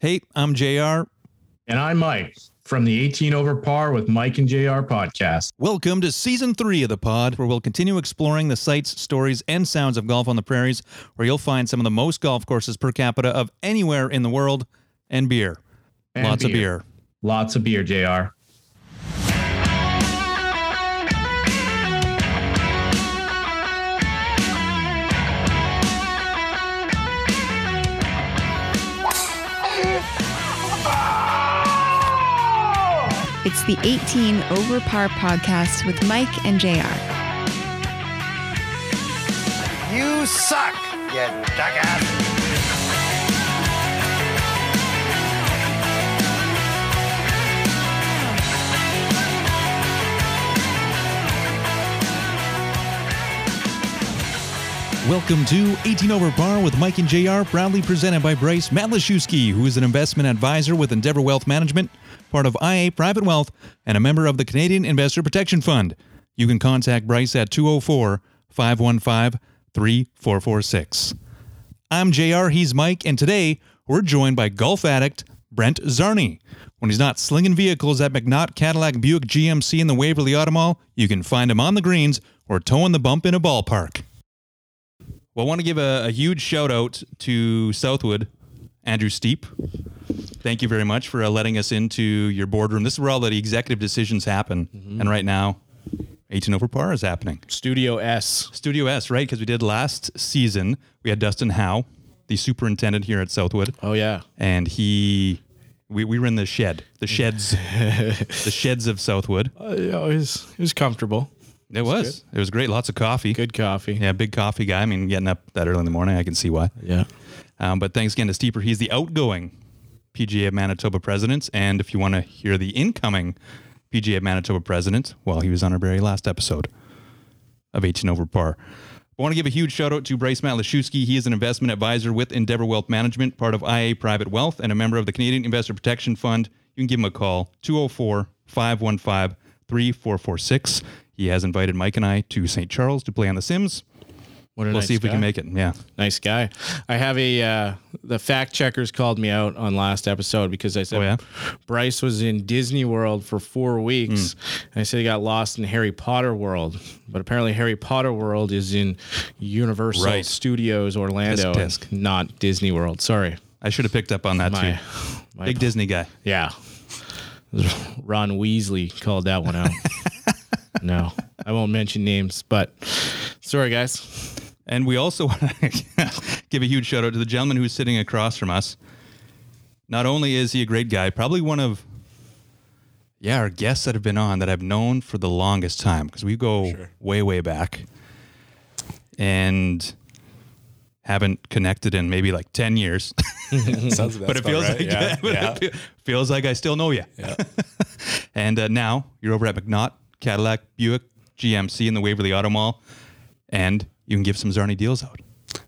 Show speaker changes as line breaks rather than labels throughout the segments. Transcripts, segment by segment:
Hey, I'm JR.
And I'm Mike from the 18 Over Par with Mike and JR podcast.
Welcome to season three of the pod, where we'll continue exploring the sights, stories, and sounds of golf on the prairies, where you'll find some of the most golf courses per capita of anywhere in the world, and beer.
And
Lots of beer.
Lots of beer, JR.
It's the 18 Over Par podcast with Mike and JR.
You suck, you jackass.
Welcome to 18 Over Par with Mike and JR, proudly presented by Bryce Matlashewski, who is an investment advisor with Endeavor Wealth Management, part of IA Private Wealth, and a member of the Canadian Investor Protection Fund. You can contact Bryce at 204 515 3446. I'm JR, he's Mike, and today we're joined by golf addict Brent Zarni. When he's not slinging vehicles at McNaught Cadillac Buick GMC in the Waverly Automall, you can find him on the greens or towing the bump in a ballpark. Well, I want to give a, a huge shout out to Southwood, Andrew Steep. Thank you very much for uh, letting us into your boardroom. This is where all the executive decisions happen. And right now, 18 over par is happening.
Studio S.
Studio S, right? Because we did last season, we had Dustin Howe, the superintendent here at Southwood,
Oh yeah.
and he. We, we were in the shed, the sheds, the sheds of Southwood.
Uh, yeah, it was it was comfortable.
It was, it was great. Lots of coffee.
Good coffee.
Yeah, big coffee guy. I mean, getting up that early in the morning, I can see why.
Yeah.
Um, but thanks again to Steeper. He's the outgoing PGA of Manitoba president. And if you want to hear the incoming PGA of Manitoba president, well, he was on our very last episode of 18 Over Par. I want to give a huge shout out to Bryce Matlashewski. He is an investment advisor with Endeavor Wealth Management, part of IA Private Wealth, and a member of the Canadian Investor Protection Fund. You can give him a call, 204 515 3446. He has invited Mike and I to St. Charles to play on The Sims.
What a
We'll
nice
see if we
guy.
can make it. Yeah.
Nice guy. I have a uh, the fact checkers called me out on last episode because I said
Oh, yeah?
Bryce was in Disney World for four weeks.
Hmm.
And I said he got lost in Harry Potter World, but apparently Harry Potter World is in Universal
Right.
Studios Orlando,
Disc, disc.
and not Disney World. Sorry,
I should have picked up on that
my,
too.
my
Big Disney guy.
Yeah. Ron Weasley called that one out. no, I won't mention names, but sorry, guys.
And we also want to give a huge shout out to the gentleman who's sitting across from us. Not only is he a great guy, probably one of yeah, our guests that have been on that I've known for the longest time because we go way way back and haven't connected in maybe like 10 years.
Sounds about
but it
about
feels
right.
like
yeah,
but
yeah.
it fe- feels like I still know you. and uh, now you're over at McNaught Cadillac Buick GMC in the Waverly Auto Mall, and you can give some Zarni deals out.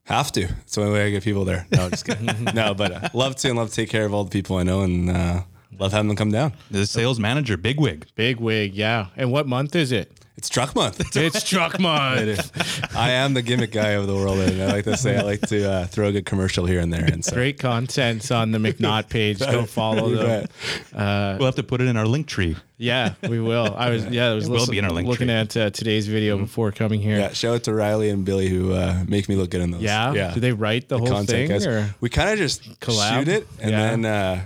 have to. It's the only way I get people there. No, just kidding. no, but uh, love to and love to take care of all the people I know and uh, love having them come down.
The sales manager, bigwig.
Big wig, yeah. And what month is it?
It's truck month.
It's truck month.
I am the gimmick guy of the world, and I like to say I like to uh, throw a good commercial here and there. And so,
Great contents on the McNaught page. Go follow
You
them.
bet. Uh,
we'll have to put it in our link tree.
Yeah, we will. I was yeah, I was
will
listen-
be in our link
looking
tree.
at uh, today's video before coming here.
Mm-hmm. Yeah, shout out to Riley and Billy who uh, make me look good in those.
Yeah?
yeah.
Did they write the, whole thing? Or?
We kind of just
Collab?
shoot it and
Yeah.
then uh,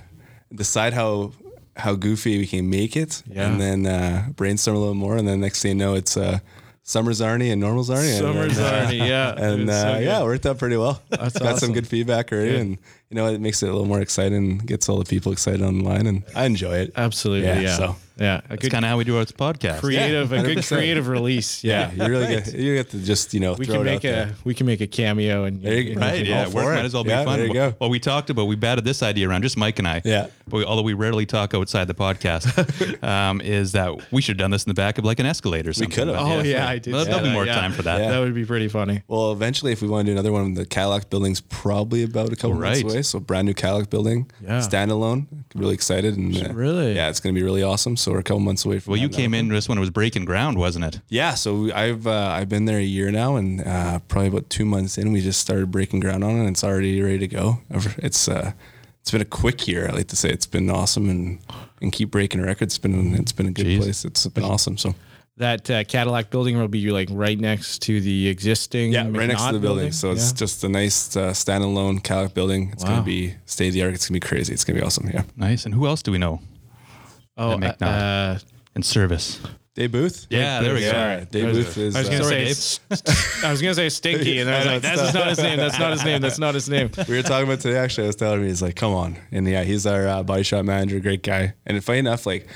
decide how how goofy we can make it,
Yeah.
and then uh, brainstorm a little more, and then next thing you know, it's uh, Summer Zarni and Normal Zarni.
Summer's
and, uh,
already, yeah.
and
It's so
uh,
good.
yeah, it worked out pretty well. Got
awesome.
some good feedback already, and you know it makes it a little more exciting, gets all the people excited online, and I enjoy it.
Absolutely, yeah.
Yeah,
Yeah.
so.
A
That's
good
kind of how we do our podcast.
creative, a good
100%.
creative release.
yeah, you really get you get to just you know
we
throw
can
it
make
out there.
a we can make a cameo and
There you go.
Right,
All
yeah,
for
work
it.
might as well be
Yeah,
fun.
there you
Well-
go.
Well, we talked about, we batted this idea around, just Mike and I.
Yeah.
But we, although we rarely talk outside the podcast, um, is that we should have done this in the back of like an escalator. or Something,
could've.
but
Oh yeah, I did.
There'll,
see
there'll be
that,
more
yeah.
time for that.
That would be pretty funny.
Well, eventually, if we want to do another one, the Cadillac building's probably about a couple
Right.
months away. So, brand new Cadillac building,
Yeah.
standalone. Really excited and uh,
Really?
yeah, it's going to be really awesome. So, we're a couple months away from.
Well, you
that now.
came in this one was breaking ground, wasn't it?
Yeah, so I've uh, I've been there a year now, and uh, probably about two months in, we just started breaking ground on it, and it's already ready to go. It's uh, it's been a quick year. I like to say it's been awesome and and keep breaking records. It's been it's been a good place. It's been awesome. So
That uh, Cadillac building will be like right next to the existing.
yeah, right next to
McNaught
the building. So it's
Yeah.
just a nice uh, standalone Calic building. It's
Wow.
gonna be state of the art. It's gonna be crazy. It's gonna be awesome. Yeah.
Nice. And who else do we know
oh,
at
uh,
McNaught.
uh,
in service?
Dave Booth.
Yeah, there we go.
Yeah, Dave Booth is.
I was gonna
uh,
say, s- I was gonna say stinky, and I was like, that's not his name. That's not his name. That's not his name.
we were talking about today. Actually, I was telling him he's like, "Come on!" And yeah, he's our uh, body shop manager, great guy. And funny enough, like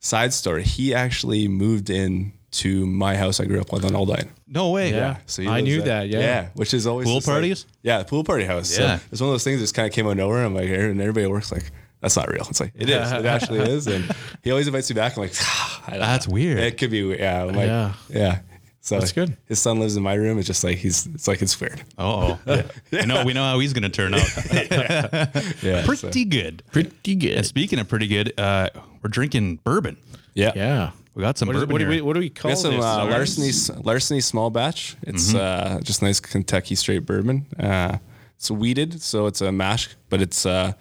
side story, he actually moved in to my house I grew up with on Aldine.
No way.
Yeah.
So he
I
lives
knew
there.
that, yeah.
which is always
Pool
just like-
parties?
yeah, pool party house.
Yeah.
so it's one of those things that just kind of came out of nowhere. I'm like, and everybody works like. That's not real. It's like it is. It actually is, and he always invites me back. I'm like, "Ah, I don't
That's weird.
It could be. weird. Yeah. I'm like,
Yeah.
yeah. So
That's good.
His son lives in my room. It's just like he's. It's like it's weird.
Oh, we know we know how he's going to turn out.
Yeah. so-
pretty good. Pretty good. And speaking of pretty good, uh, we're drinking bourbon.
yeah.
Yeah.
We got some
What, is,
bourbon
what, do
here.
we, what do we call
We got some
this? Mm-hmm.
uh,
Sorry.
larceny, larceny small batch. It's uh, just nice Kentucky straight bourbon. Uh, it's weeded, so it's a mash, but it's uh,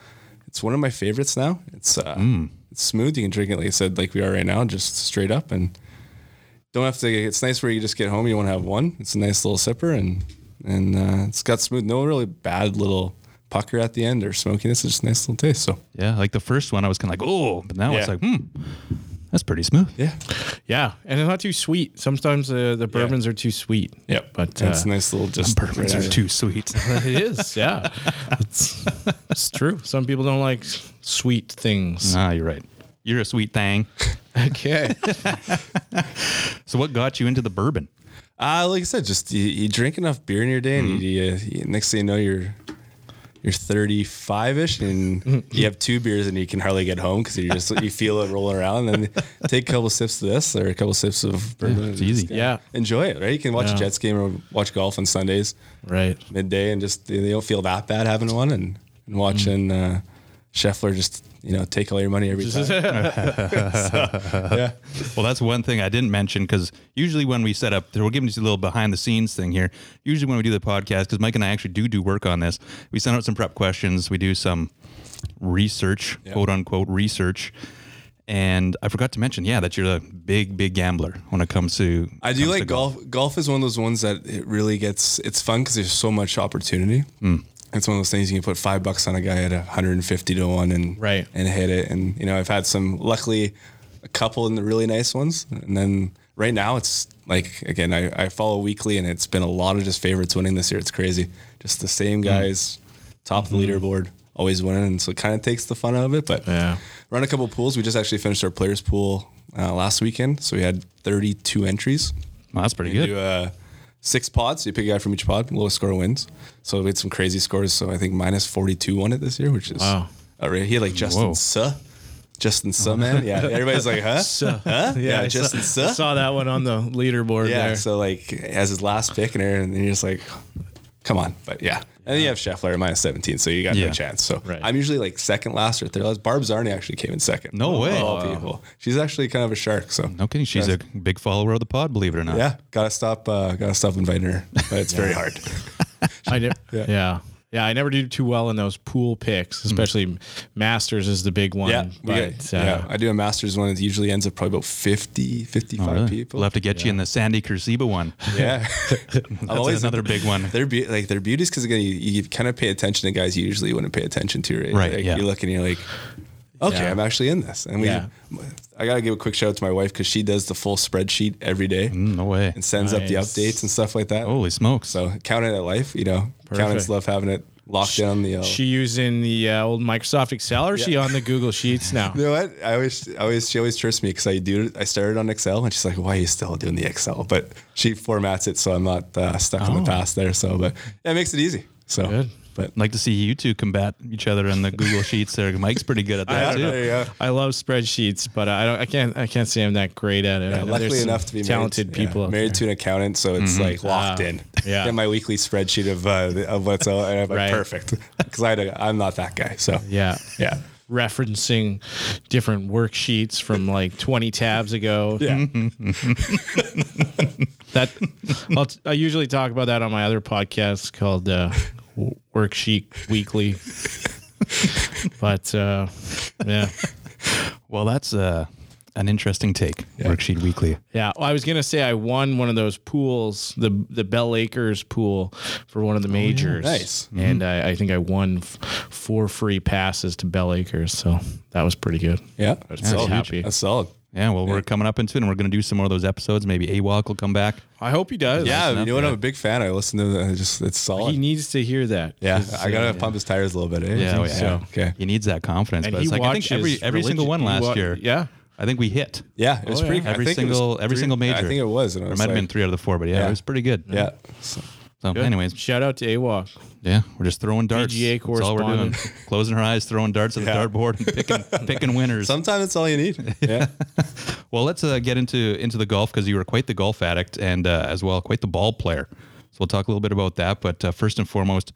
it's one of my favorites now. It's uh,
Mm.
it's smooth. You can drink it like I said, like we are right now, just straight up, and don't have to. It's nice where you just get home. You want to have one. It's a nice little sipper, and and uh, it's got smooth. No really bad little pucker at the end or smokiness. It's just a nice little taste. So
yeah, like the first one, I was kind of like, oh, but now it's
Yeah.
like, hmm, that's pretty smooth.
yeah,
Yeah, and it's not too sweet. Sometimes uh, the bourbons are too sweet.
yep.
But,
But
uh,
it's a nice little just
Bourbons
right
are
out.
too sweet.
It is. Yeah, it's, it's true. Some people don't like s- sweet things.
ah, you're right. You're a sweet thing.
Okay.
So, what got you into the bourbon?
Uh, like I said, just you, you drink enough beer in your day,
Mm-hmm.
and you, you, you- next thing you know, you're you're 35 ish, and
Mm-hmm.
you have two beers, and you can hardly get home because you just you feel it rolling around. And then take a couple sips of this or a couple sips of bourbon. and
It's easy.
yeah.
Enjoy it, right? You can watch
Yeah.
a Jets game or watch golf on Sundays
Right.
midday, and just you don't feel that bad having one, and, and watching
Mm.
uh, Scheffler just you know take all your money every time.
Well, that's one thing I didn't mention because usually when we set up, we're giving you a little behind the scenes thing here. Usually when we do the podcast, because Mike and I actually do do work on this, we send out some prep questions, we do some research, quote unquote research, and I forgot to mention, yeah, that you're a big, big gambler when it comes to.
I
comes
do
to
like golf. golf. is one of those ones that it really gets. It's fun because there's so much opportunity.
Hmm.
It's one of those things you can put five bucks on a guy at 150 to one and
Right.
and hit it. And you know, I've had some luckily a couple in the really nice ones, and then right now it's like again I, I follow weekly, and it's been a lot of just favorites winning this year. It's crazy, just the
Mm.
same guys, top of the leaderboard, always winning, and so it kind of takes the fun out of it. But
Mm-hmm. Yeah.
run a couple pools. We just actually finished our players pool uh, last weekend, so we had 32 entries.
Well, that's pretty
You
good.
do uh, six pods. You pick a guy from each pod. Lowest score wins. So we had some crazy scores. So I think minus forty two won it this year, which is
Wow.
outra- Oh, He had like
Whoa.
Justin Suh. Justin Suh, man. Yeah, everybody's like, huh? Huh? Yeah,
I
Justin
saw,
Suh.
saw that one on the leaderboard
Yeah.
there.
So like, as his last pick, and everything, and then you're just like, come on. But yeah, and then you have Scheffler at minus seventeen, so you got
Yeah.
no chance. So
Right.
I'm usually like second last or third last. Barb Zarni actually came in second.
No
Of
way.
All people. She's actually kind of a shark. So
No kidding. She's a big follower of the pod, believe it or not.
yeah, gotta stop. Uh, gotta stop inviting her, but it's very hard.
I ne- yeah. yeah. I never do too well in those pool picks, especially Masters is the big one.
Mm-hmm. Yeah, we
but
get-
uh,
yeah, I do a master's one. It usually ends up probably about 50, 55
Oh, really?
people.
We'll have to get you in the Sandy Cursiba one.
Yeah, I'm
That's another big one.
They're be- like their beauties because again, you, you kind of pay attention to guys you usually wouldn't pay attention to, right?
Right,
Like,
yeah.
You look and you're like, okay,
Yeah.
I'm actually in this. And we,
Yeah.
I gotta give a quick shout out to my wife because she does the full spreadsheet every day
Mm, Oh. no way.
and sends up the
Nice.
updates and stuff like that.
Holy smokes.
So count it at life, you know.
Perfect.
Accountants love having it locked down. The uh,
She using the uh, old Microsoft Excel or is she on the Google Sheets now?
You know what? I always, I always, she always trusts me because I do. I started on Excel, and she's like, "Why are you still doing the Excel?" But she formats it so I'm not uh, stuck in the past there. So, but yeah, it makes it easy. So,
Oh. Good.
but
I'd like to see you two combat each other in the Google Sheets there. Mike's pretty good at that,
yeah,
too.
there you go.
I love spreadsheets, but I don't. I can't. I can't say I'm that great at it. I know
Luckily
there's some
enough to be married-
talented
yeah,
people. out
married to an accountant, so it's like locked
Ah,
in.
yeah.
Get my weekly spreadsheet of uh, the- of what's all, and I'm like,
Right.
perfect because I'm not that guy. So
there. Yeah.
yeah.
Referencing different worksheets from like 20 tabs ago.
Yeah.
That I'll t- I usually talk about that on my other podcast called uh, Worksheet Weekly. but uh, yeah.
Well, that's uh, an interesting take, Worksheet Weekly.
Yeah, well, I was gonna say I won one of those pools, the the Bell Acres pool for one of the majors.
Nice.
and I, I think I won f- four free passes to Bell Acres, so that was pretty good.
Yeah,
That's
solid.
happy.
That's solid.
Yeah, well, we're coming up into it, and we're going to do some more of those episodes. Maybe AWOC will come back.
I hope he does.
Yeah, you
enough,
know what?
yeah.
I'm a big fan. I listen to the, just it's solid.
he needs to hear that.
yeah,
'cause,
I gotta
uh,
pump his tires a little bit. Eh?
Yeah, oh,
think so.
Okay.
He needs that confidence.
And
but
he
it's like, I think
watches
every every
religi-
single one
he
last
wa-
year.
Yeah,
I think we hit
Yeah, it was
Oh,
pretty.
yeah.
I
every
think it was
single every
three-
single major.
I think it was. And I
There
was
might have
like-
been three out of the four, but yeah,
Yeah.
it was pretty good.
Yeah. So-
So,
Good.
anyways,
shout out to AWOC.
yeah, we're just throwing darts.
PGA
That's all we're doing. Closing our eyes, throwing darts at
Yeah.
the dartboard, and picking picking winners.
Sometimes that's all you need. Yeah.
Well, let's uh, get into into the golf because you were quite the golf addict and uh, as well quite the ball player. So we'll talk a little bit about that. But uh, first and foremost,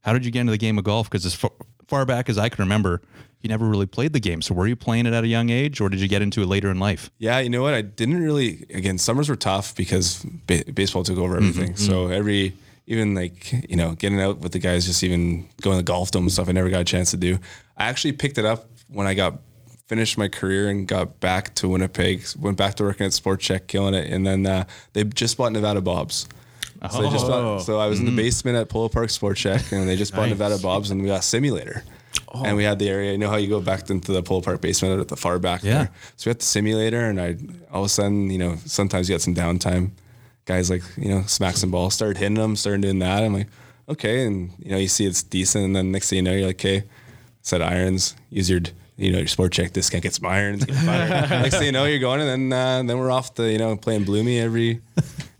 how did you get into the game of golf? Because as far, far back as I can remember, you never really played the game. So were you playing it at a young age, or did you get into it later in life?
Yeah, you know what? I didn't really. Again, summers were tough because ba- baseball took over
Mm-hmm,
everything. So every even like you know getting out with the guys, just even going to the golf dome and stuff. I never got a chance to do. I actually picked it up when I got finished my career and got back to Winnipeg. Went back to working at Sport Check, killing it, and then uh, they just bought Nevada Bobs. So, they just bought, so I was in the basement at Polo Park Sport Check, and they just bought Nevada Bobs, and we got a simulator. And we had the area. You know how you go back into the Polo Park basement at the far back
Yeah.
there. So we had the simulator, and I all of a sudden, you know, sometimes you got some downtime. Guys like you know smack some balls, started hitting them, started doing that. I'm like, okay, and you know you see it's decent, and then next thing you know, you're like, okay, set of irons, use your you know your sport check. This guy gets my irons. Get my iron. next thing you know, you're going, and then uh, then we're off to you know playing Bloomy every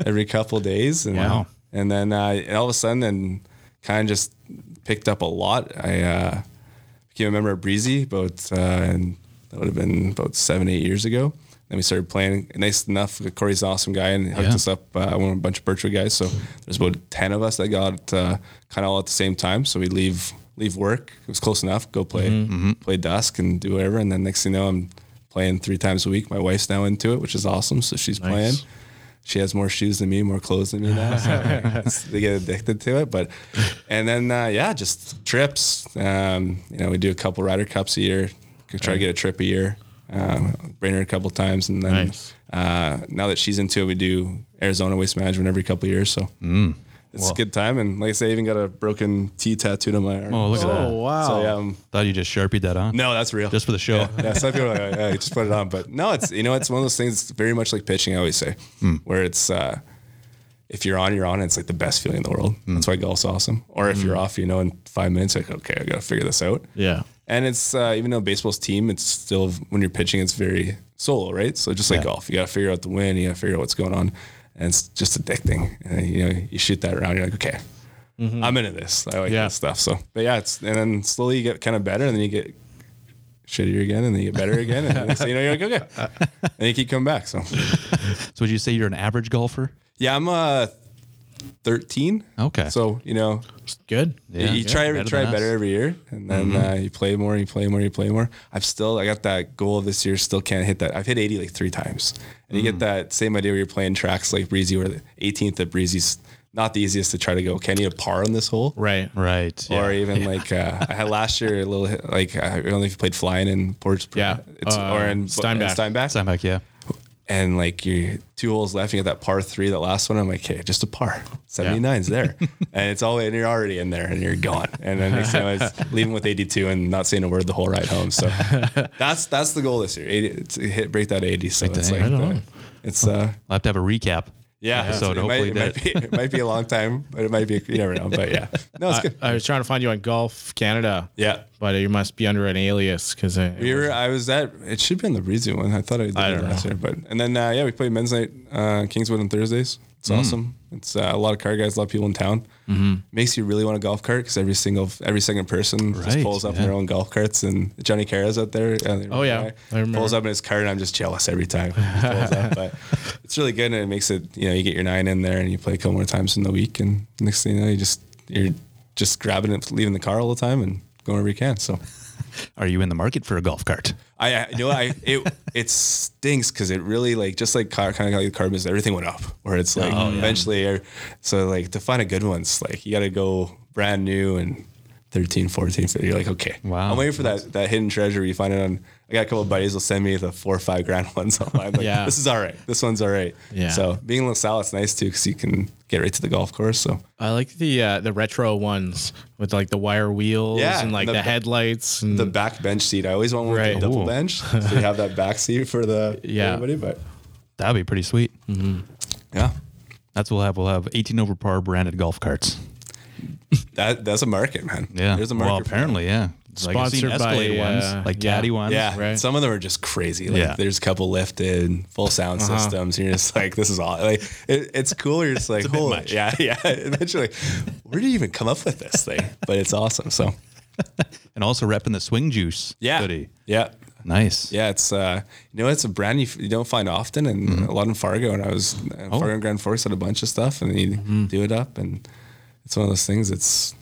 every couple days. And,
Wow.
And then uh, and all of a sudden, and kind of just picked up a lot. I uh, became a member of Breezy about, uh, and that would have been about seven, eight years ago. Then we started playing. Nice enough, Corey's an awesome guy and hooked
Yeah.
us up. Uh, one a bunch of Birchwood guys. So there's about ten of us that got uh, kind of all at the same time. So we leave leave work. It was close enough. Go play play dusk and do whatever. And then next thing you know, I'm playing three times a week. My wife's now into it, which is awesome. So she's playing. She has more shoes than me, more clothes than me now. So it's- they get addicted to it. But and then uh, yeah, just trips. Um, you know, we do a couple Ryder Cups a year. Could Try to get a trip a year. Um, bring her a couple times, and then
Nice.
uh, now that she's into it, we do Arizona waste management every couple years. So it's a good time. And like I say, I even got a broken T tattooed on my arm.
Oh, look at that!
wow!
so yeah, um,
Thought you just sharpied that on.
no, that's real.
just for the show.
yeah, some people are like, "Yeah, you just put it on, but no, it's you know, it's one of those things. It's very much like pitching. I always say, where it's uh, if you're on, you're on. It's like the best feeling in the world. That's why golf's awesome. Or if you're off, you know, in five minutes, like okay, I gotta figure this out.
Yeah.
And it's uh, even though baseball's team, it's still when you're pitching, it's very solo, right? So just like golf, you got to figure out the win, you got to figure out what's going on, and it's just addicting. And you know, you shoot that round, you're like, okay, I'm into this. I like
Yeah.
that stuff. So, but yeah, it's and then slowly you get kind of better, and then you get shittier again, and then you get better again, and then, so, you know, you're like, okay, and you keep coming back. So,
So would you say you're an average golfer?
yeah, I'm uh 13.
Okay.
So you know,
Good.
Yeah.
you try
better
try
than
better
us. Mm-hmm.
every year, and then uh, you play more, you play more, you play more. I've still I got that goal this year. Still can't hit that. I've hit 80 like three times, and
Mm.
you get that same idea where you're playing tracks like Breezy, where the 18th at Breezy's not the easiest to try to go. Can you par on this hole?
Right.
Right.
Or even like uh, I had last year a little hit, like uh, I don't know if you played flying in Port,
Yeah.
it's,
Uh,
or in
Steinbach.
in Steinbach,
Sound back, yeah.
and like you two holes left, you get that par three, that last one. I'm like, okay, just a par. 79's there. and it's all and you're already in there and you're gone. And then next time I was leaving with 82 and not saying a word the whole ride home. So that's that's the goal this year. 80, it's hit break that 80. So it's
that
like the, it's uh
I'll have to have a recap.
yeah,
So
it, might,
hopefully
it, might
that-
be, it might be a long time, but it might be you never know. But yeah. No, it's
I,
good.
I was trying to find you on Golf Canada.
Yeah.
But you must be under an alias because I.
We were. I was at. It should be on the Breezy one. I thought I did
I
it
don't
last year, but and then uh, yeah, we played men's night uh, Kingswood on Thursdays. It's
Mm.
awesome. It's uh, a lot of car guys, a lot of people in town.
Mm-hmm.
Makes you really want a golf cart because every single every second person just
Right,
pulls up
yeah.
in their own golf carts. And Johnny Cara's out there. uh,
Oh, yeah.
guy,
I remember.
Pulls up in his cart, and I'm just jealous every time. He pulls up, but it's really good, and it makes it. You know, you get your nine in there, and you play a couple more times in the week, and next thing you know, you just you're just grabbing it, leaving the car all the time, and going wherever you can. So.
Are you in the market for a golf cart?
I I- you know I it it stinks because it really like just like car, kind of like the car business everything went up where it's like
Oh,
eventually so like to find a good one's like you got to go brand new and 13, 14, 15. You're like, okay.
Wow.
I'm waiting for that, that hidden treasure. You find it on, I got a couple of buddies will send me the four or five grand ones online. Like,
Yeah.
This is all right. This one's all right.
Yeah.
So being in LaSalle, it's nice too because you can get right to the golf course. So
I like the uh, the retro ones with like the wire wheels
Yeah,
and like
the-
the, headlights and
the back bench seat, I always want one
Mm. Right.
with the double
Ooh.
bench. So you have that back seat for the for
Yeah.
everybody. But
That'd be pretty sweet.
yeah,
That's what we'll have. We'll have 18 over par branded golf carts.
that that's a market, man.
Yeah.
There's a market.
well,
for that.
apparently, yeah. It's Like I've seen
Sponsored by,
Escalade ones,
uh,
like
yeah.
Caddy ones.
Yeah,
Right.
some of them are just crazy. Like
Yeah. Uh-huh.
there's a couple lifted, full sound systems. And you're just like, this is all like it, it's cool. You're just like,
bit
holy,
much.
yeah, yeah. Eventually, where do you even come up with this thing? But it's awesome. So
And also repping the swing juice
yeah,
hoodie.
yeah,
Nice.
yeah. It's uh, you know, it's a brand you, you don't find often, and
Mm-hmm.
a lot in Fargo. And I was in
Oh.
Fargo and Grand Forks had a bunch of stuff, and you
Mm-hmm.
do it up, and it's one of those things. It's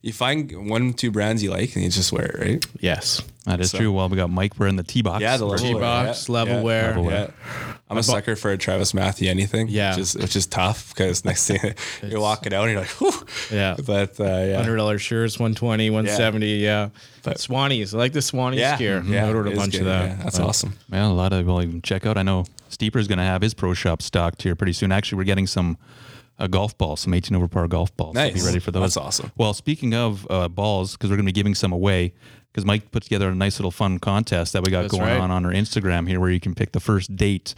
you find one two brands you like, and you just wear it, right?
yes,
That is
So-
true. Well, we got Mike. We're in the tee box.
Yeah, the
We're-
G
level
box
yeah,
level
yeah.
wear.
Level wear.
Yeah. I'm a sucker for a Travis Matthew anything.
Yeah.
Which is, which is tough because next thing you're walking out and you're like, whew.
Yeah.
But uh, yeah.
Hundred dollar shirts, 120, 170, yeah. Swannies, I like the Swannies
Yeah.
gear.
yeah.
I ordered
it
a
is
bunch
good,
of that.
yeah. That's
Uh,
awesome.
Yeah, a lot of well, even check out. I know Steeper's going to have his pro shop stocked here pretty soon. Actually, we're getting some uh, golf balls, some 18 over par golf balls. So be
Nice.
ready for those.
That's awesome.
Well, speaking of uh, balls, because we're going to be giving some away, because Mike put together a nice little fun contest that we got
That's
going
right.
on on our Instagram here, where you can pick the first date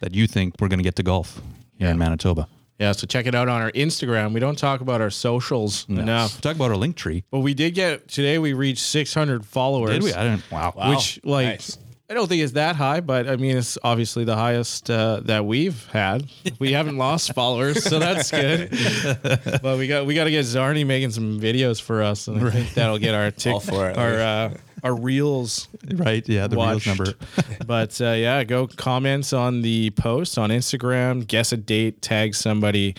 that you think we're going to get to golf here in Manitoba.
Yeah, so check it out on our Instagram. We don't talk about our socials enough.
Talk about our link tree.
But we did get today we reached 600 followers.
Did we? I didn't. Wow.
Which like
Nice.
I don't think it's that high, but I mean it's obviously the highest uh, that we've had. We haven't lost followers, so that's good. but we got we got to get Zarni making some videos for us, and I think that'll get our tick,
All for it.
our uh, our reels
right? Yeah, the reels
watched.
number.
but uh, yeah, go comments on the post on Instagram, guess a date, tag somebody,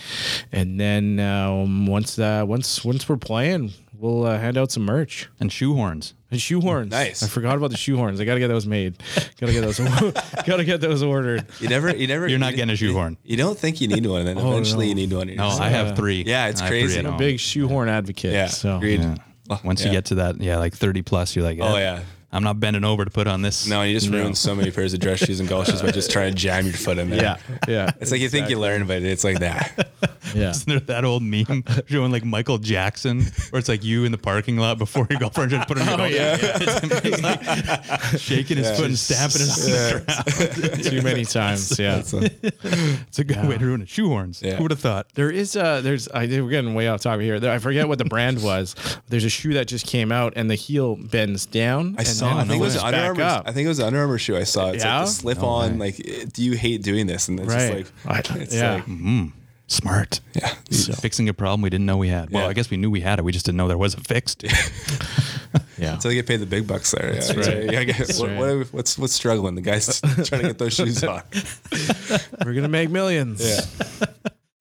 and then um, once that once once we're playing, we'll uh, hand out some merch
And shoehorns.
and shoehorns.
Nice.
I forgot about the shoehorns. I gotta get those made. gotta get those. gotta get those ordered.
You never, you never,
You're not
you-
getting a shoehorn.
You don't think you need one, and then eventually you need one. You're
No,
just
Oh, I
like,
have three.
Yeah, it's
I have three
crazy.
at
A
home.
Big shoehorn advocate.
Yeah.
So
Agreed.
Yeah. Once you
yeah.
get to that, yeah, like 30 plus, you're like, "Eh,
Oh, yeah.
I'm not bending over to put on this.
No, you just ruined so many pairs of dress shoes and golf shoes by just trying to jam your foot in there.
yeah, yeah,
It's like you think you learn, but it's like that.
yeah.
There's that old meme showing like Michael Jackson, where it's like you in the parking lot before your girlfriend just put
Oh,
on your golf.
yeah,
He's like shaking his foot and stamping his
Too many times. Yeah.
It's a good way to ruin it. Shoehorns.
Yeah.
Who would have thought?
There is a there's I we're getting way off topic here. There- I forget what the brand was. There's a shoe that just came out and the heel bends down.
I
and
saw.
then
I think it was
lifts
an Under
back
Armour.
up.
I think it was an Under Armour shoe. I saw. It's
Yeah?
like the slip on. Like, do you hate doing this? And it's
right.
just like,
I-
it's
yeah.
like-
Smart.
yeah.
Fixing a problem we didn't know we had. Well,
Yeah.
I guess we knew we had it. We just didn't know there was a fix.
yeah.
So they get paid the big bucks there. That's right. Yeah, I guess. What,
right.
what are we- what's what's struggling? The guys trying to get those shoes on.
We're gonna make millions.
Yeah.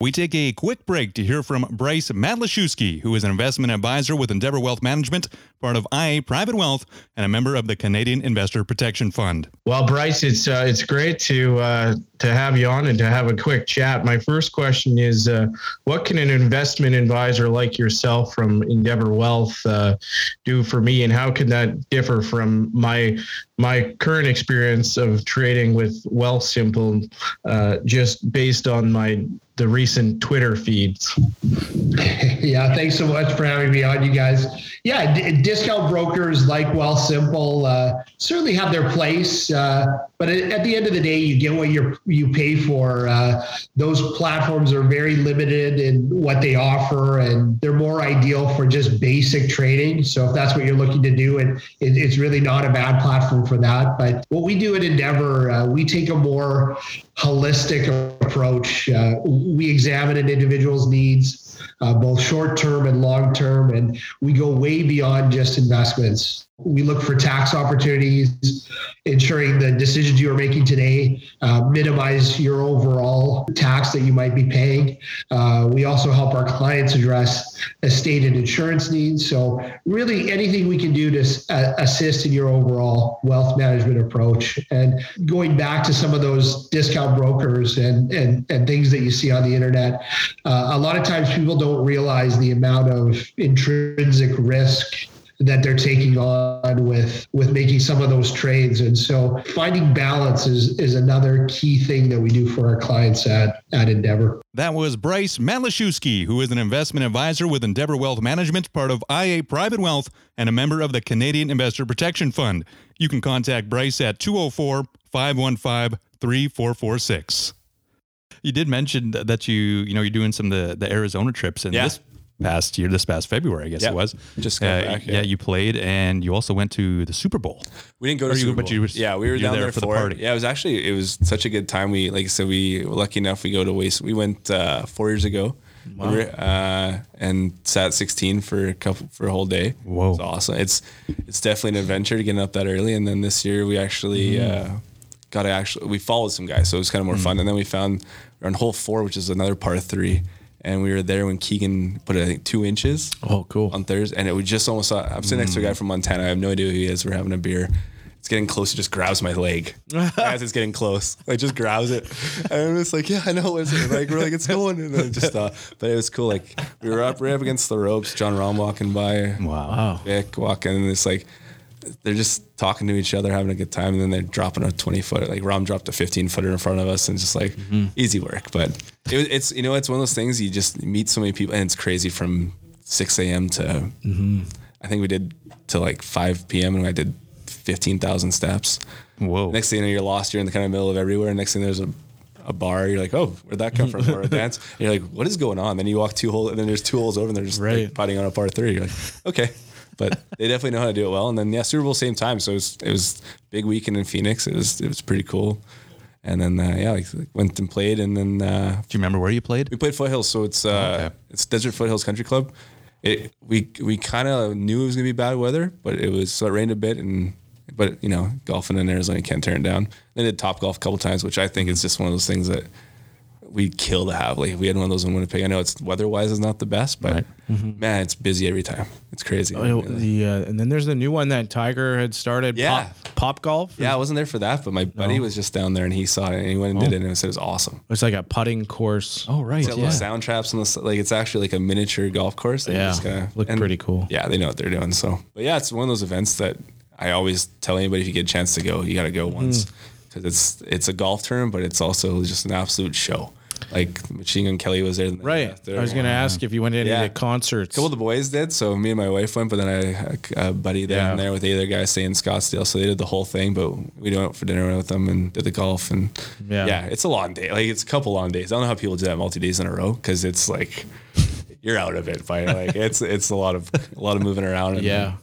We take a quick break to hear from Bryce Matlashewski, who is an investment advisor with Endeavor Wealth Management, part of IA Private Wealth, and a member of the Canadian Investor Protection Fund.
Well, Bryce, it's uh, it's great to uh, to have you on and to have a quick chat. My first question is, uh, what can an investment advisor like yourself from Endeavor Wealth uh, do for me, and how can that differ from my my current experience of trading with Wealthsimple, uh, just based on my the recent Twitter feeds?
yeah, thanks so much for having me on, you guys. Yeah, d- discount brokers like Wealthsimple uh, certainly have their place, uh, but at, at the end of the day, you get what you you pay for. Uh, those platforms are very limited in what they offer, and they're more ideal for just basic trading. So if that's what you're looking to do, it, it it's really not a bad platform for that. But what we do at Endeavor, uh, we take a more holistic approach. Uh, we examine an individual's needs uh, both short term and long term. And we go way beyond just investments. We look for tax opportunities ensuring the decisions you are making today uh, minimize your overall tax that you might be paying. Uh, we also help our clients address estate and insurance needs. So, really, anything we can do to s- uh, assist in your overall wealth management approach. And going back to some of those discount brokers and and, and things that you see on the internet, uh, a lot of times people don't realize the amount of intrinsic risk that they're taking on with with making some of those trades and so finding balance is is another key thing that we do for our clients at at endeavor
That was Bryce Malashewski, who is an investment advisor with Endeavor Wealth Management, part of IA Private Wealth, and a member of the Canadian Investor Protection Fund. You can contact Bryce at 204 515 3446. You did mention th- that you you know you're doing some of the, the Arizona trips and
Yeah.
this past year, this past February, I guess
Yeah.
it was. Uh,
Just got back,
yeah.
yeah.
you played and you also went to the Super Bowl.
We didn't go
Or
to
you-
Super
but
Bowl.
you were-
yeah, we were
you were
down
there
there,
for
for
the party.
Yeah, it was actually it was such a good time. We like I said, we were lucky enough we go to waste. We went uh, four years ago. We were, uh, and sat 16 for a couple for a whole day.
Whoa.
it's awesome! It's it's definitely an adventure to getting up that early. And then this year we actually
Mm.
uh, got to actually we followed some guys, so it was kind of more fun. And then we found we're on hole four, which is another par three, and we were there when Keegan put I think two inches
Oh, cool.
on Thursday, and it was just almost. I'm sitting next to a guy from Montana. I have no idea who he is. We're having a beer. It's getting close. He just grabs my leg as it's getting close. Like just grabs it, and I'm just like, yeah, I know. It's like we're like it's going, and then just. Uh, but it was cool. Like we were up right up against the ropes. John Rahm walking by.
Wow.
Vic walking, and it's like they're just talking to each other, having a good time, and then they're dropping a 20 foot. Like Rom dropped a 15 footer in front of us, and just like easy work. But it, was- it's you know it's one of those things you just meet so many people, and it's crazy from 6 a.m. to I think we did to like 5 p.m. and I did 15,000 steps.
Whoa.
Next thing you know, you're lost. You're in the kind of middle of everywhere. And next thing there's a, a bar. You're like, oh, where'd that come from? Or a dance. And you're like, what is going on? Then you walk two holes, and then there's two holes over, and they're just like,
Right.
putting on a par three. You're like, okay. But they definitely know how to do it well. And then yeah, Super Bowl same time. So it was it was big weekend in Phoenix. It was it was pretty cool. And then uh, yeah, like, went and played, and then uh,
Do you remember where you played?
we played Foothills, so it's uh,
Okay.
it's Desert Foothills Country Club. It we we kind of knew it was gonna be bad weather, but it was so it rained a bit, and but you know golfing in Arizona you can't turn it down. They did top golf a couple times, which I think is just one of those things that we'd kill to have. Like if we had one of those in Winnipeg. I know it's weather wise is not the best, but
Mm-hmm.
man, it's busy every time. It's crazy.
Oh, the, uh, and then there's the new one that Tiger had started.
Yeah.
Pop, pop golf.
yeah, I wasn't there for that, but my buddy was just down there and he saw it and he went
Oh.
and did it and said it was awesome.
It's like a putting course.
Oh, right.
It's got little sound traps and this- like it's actually like a miniature golf course. that you
Yeah.
just kinda-
Looked
and
pretty cool.
Yeah, they know what they're doing. So, but yeah, it's one of those events that I always tell anybody if you get a chance to go, you got to
Mm.
go once because it's it's a golf term, but it's also just an absolute show. Like Machine Gun Kelly was there. the night
Right.
after.
I was going to ask if you went to any
Yeah.
of the concerts.
Couple of the boys did, so me and my wife went, but then I had a buddy there
Yeah.
and there with the other guy staying in Scottsdale, so they did the whole thing. But we went out for dinner with them and did the golf, and
Yeah.
yeah, it's a long day. Like it's a couple long days. I don't know how people do that multi days in a row because it's like you're out of it. By like it's it's a lot of a lot of moving around. And
Yeah.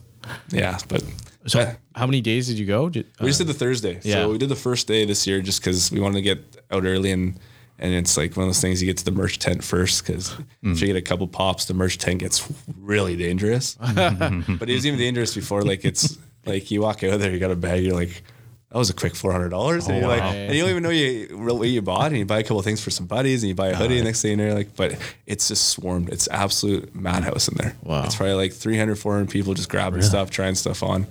yeah, but
So how many days did you go? Did- uh,
we just did the Thursday.
Um, yeah.
So we did the first day this year just because we wanted to get out early and and it's like one of those things you get to the merch tent first because
Hmm.
if you get a couple pops, the merch tent gets really dangerous. but it was even dangerous before. Like it's like you walk out of there, you got a bag, you're like. That was a quick four hundred dollars,
Oh,
and you're like, and you don't even know you really what you bought, and you buy a couple of things for some buddies, and you buy a hoodie, and next thing you know, you're like, but it's just swarmed. It's absolute madhouse in there.
Wow.
it's probably like 300, 400 people just grabbing stuff, trying stuff on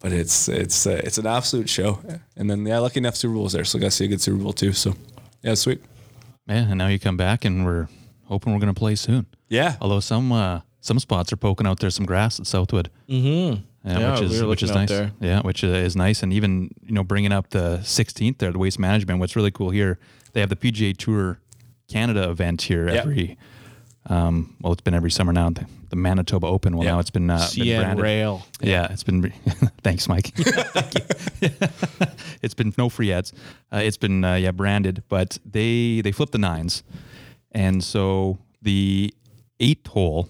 but it's it's uh, it's an absolute show. And then yeah, lucky enough Super Bowl was there, so I got to see a good Super Bowl too. So yeah, sweet.
Yeah, and now you come back, and we're hoping we're going to play soon.
Yeah,
Although some uh, some spots are poking out there some grass at Southwood. Mm-hmm. Yeah,
Yeah,
which
we
is
were
which is
looking out
nice.
there.
Yeah, which uh, is nice, and even you know bringing up the 16th there, the waste management. What's really cool here, they have the PGA Tour Canada event here
Yeah.
every. Um, well, it's been every summer now. The, the Manitoba Open. Well,
Yeah.
now it's been, uh, been
CN
branded.
Rail.
Yeah, it's been. re- Thanks, Mike. it's been no free ads. Uh, it's been uh, yeah branded, but they they flip the nines, and so the eighth hole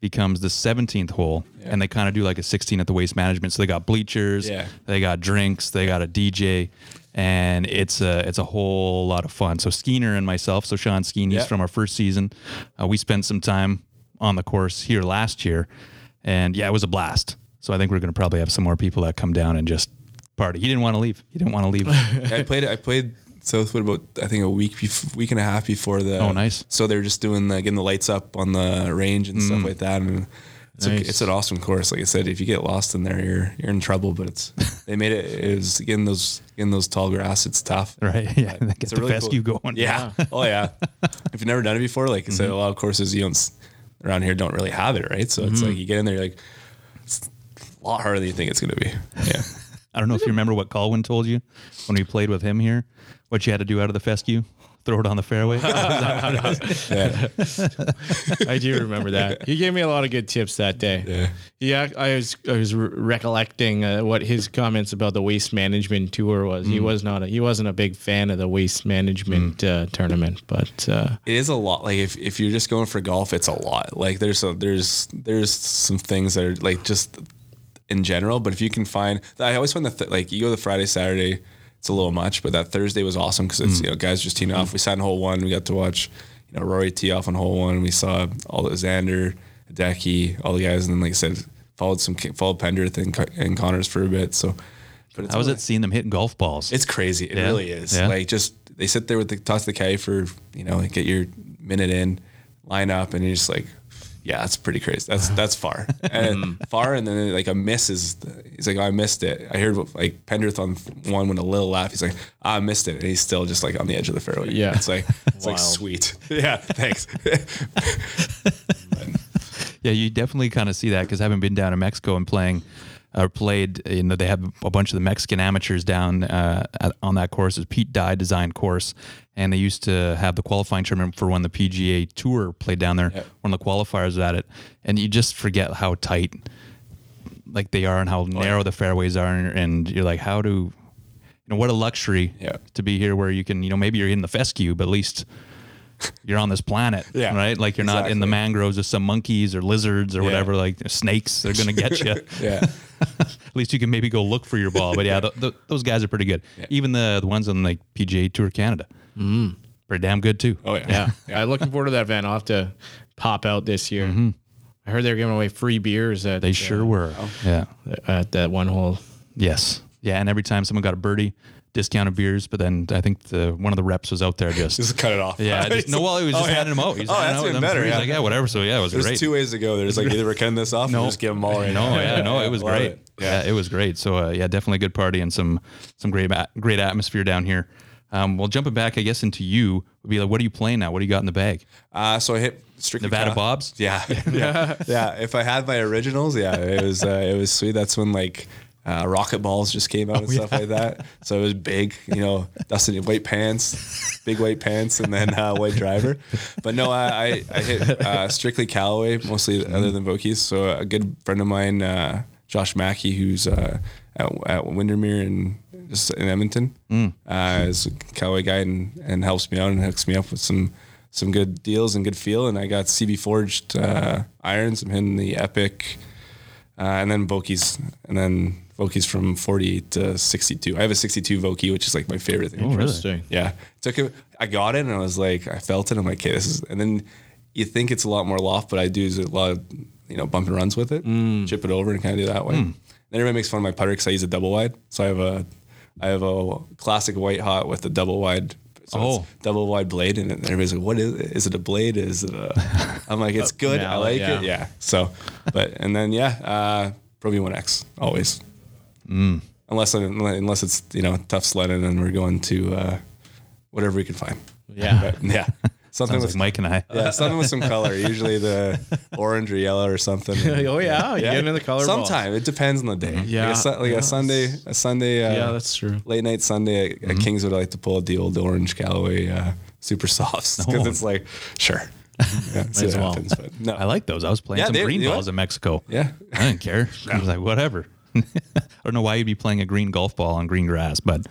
becomes the seventeenth hole, and they kind of do like a sixteen at the waste management. So they got bleachers,
Yeah.
they got drinks, they got a DJ, and it's a it's a whole lot of fun. So Skeener and myself, so Sean Skeen, he's
Yeah.
from our first season. Uh, we spent some time on the course here last year, and yeah, it was a blast. So I think we're going to probably have some more people that come down and just party. He didn't want to leave. He didn't want to leave.
I played I played Southwood about I think a week before, week and a half before the.
Oh, nice.
So they were just doing the, getting the lights up on the range and stuff like that, and it's, a,
Mm. Nice.
it's an awesome course. Like I said, if you get lost in there, you're you're in trouble. But it's they made it. It was getting those getting those tall grass. It's tough.
right. Yeah. That gets
a
the
really cool-
fescue going. Mm-hmm.
Yeah. Oh yeah. if you've never done it before, like I said, a lot of courses you don't s- around here don't really have it, right? So it's
Mm-hmm.
like you get in there, you're like it's a lot harder than you think it's gonna be. Yeah.
I don't know if you remember what Colwyn told you when we played with him here, what you had to do out of the fescue. Throw it on the fairway.
yeah.
I do remember that. He gave me a lot of good tips that day. Yeah, I was I was re- recollecting uh, what his comments about the waste management tour was. He was not a, he wasn't a big fan of the waste management uh, tournament, but uh,
It is a lot. Like if, if you're just going for golf, it's a lot. Like there's some there's there's some things that are like just in general. But if you can find, I always find that th- like you go the Friday Saturday, it's a little much. But that Thursday was awesome because it's you know guys just teeing off. We sat in hole one. We got to watch you know Rory tee off on hole one. We saw all the Xander, Decky, all the guys, and then like I said, followed some followed Pendrith and, Co- and Connors for a bit. So, but it's
I was
only-
at seeing them hitting golf balls.
it's crazy. It
Yeah.
really is.
Yeah.
Like just they sit there with the toss the caddy for you know get your minute in, line up, and you're just like, yeah, that's pretty crazy. That's that's far and
Mm.
far, and then like a miss is. He's like, "Oh, I missed it. I heard like Pendrith on one when a little laugh. He's like, "Ah, I missed it, and he's still just like on the edge of the fairway.
Yeah.
it's like it's like sweet. yeah, thanks.
Yeah, you definitely kind of see that because having been down in Mexico and playing or played, you know, they have a bunch of the Mexican amateurs down uh, at, on that course. It's Pete Dye designed course, and they used to have the qualifying tournament for when the PGA Tour played down there. One of the qualifiers at it, and you just forget how tight like they are and how
Oh,
narrow the fairways are, and, and you're like, how do you know what a luxury
Yeah.
to be here where you can, you know, maybe you're in the fescue, but at least you're on this planet,
Yeah,
right? Like you're not in the
exactly.
mangroves of some monkeys or lizards or whatever, like snakes. They're gonna get you.
yeah.
At least you can maybe go look for your ball. But yeah, th th those guys are pretty good. Even the, the ones on like PGA Tour Canada, mm. pretty damn good too.
Oh yeah.
yeah, I'm looking forward to that event. I'll have to pop out this year. I heard they're giving away free beers at uh,
They sure were.
Oh.
Yeah.
at that one hole.
Yes. Yeah. And every time someone got a birdie, discounted beers. But then I think the one of the reps was out there just.
Just cut it off.
yeah, just, no. Well, he was just
yeah.
handing them out. He's
Oh,
handing
that's
out
even
them
better,
free. He's
yeah.
like, yeah, whatever. So yeah, it was
There's
great.
two ways to go. There's like either we're cutting this off or just give them all right now.
No, yeah, no, it was
Love
great.
it.
Yeah. it was great. So uh, yeah, definitely a good party and some some great ba- great atmosphere down here. Um, well, jumping back, I guess into you would be like, what are you playing now? What do you got in the bag?
Uh, so I hit strictly
Nevada
Cal-
Bobs?
Yeah, yeah, yeah. If I had my originals, yeah, it was uh, it was sweet. That's when like uh, rocket balls just came out and stuff like that. So it was big, you know, Dustin white pants, big white pants, and then uh, white driver. But no, I I, I hit uh, strictly Callaway mostly, other than Vokies. So a good friend of mine, uh, Josh Mackey, who's uh, at, at Windermere and just in Edmonton, uh, is a Callaway guy and, and helps me out and hooks me up with some some good deals and good feel. And I got CB forged uh, irons. I'm hitting the Epic, uh, and then Vokies, and then Vokies from 48 to 62. I have a 62 Voki, which is like my favorite thing.
Oh,
Interesting.
Yeah, took it. I got it, and I was like, I felt it. I'm like, okay, this is. And then you think it's a lot more loft, but I do is a lot of you know bump and runs with it,
Mm.
chip it over, and kind of do that
Hmm.
way. Then everybody makes fun of my putter because I use a double wide. So I have a, I have a classic white hot with a double wide. So it's
Oh.
double wide blade, and everybody's like, "What is? It? Is it a blade? Is it a?" I'm like, "It's good. I
mallet,
like
yeah.
it. Yeah." So, but and then yeah, uh, Pro V1X always unless unless it's you know tough sledding and we're going to uh, whatever we can find.
Yeah.
But, yeah, something
Sounds
with
like Mike and I.
yeah something with some color. Usually the orange or yellow or something.
oh yeah, you get into the color. ball.
Sometime it depends on the day.
Yeah.
like a, Sun- like a Sunday, a Sunday. Uh,
Yeah, that's Mm-hmm. true.
Late night Sunday at, at Kingswood, I like to pull the old orange Callaway uh, super softs because
Oh.
it's like sure, yeah, see
as
what
well.
happens. But no,
I like those. I was playing
Yeah,
some
they-
green
you know
balls
what?
in Mexico.
Yeah.
I didn't care. I was like, whatever. I don't know why you'd be playing a green golf ball on green grass, but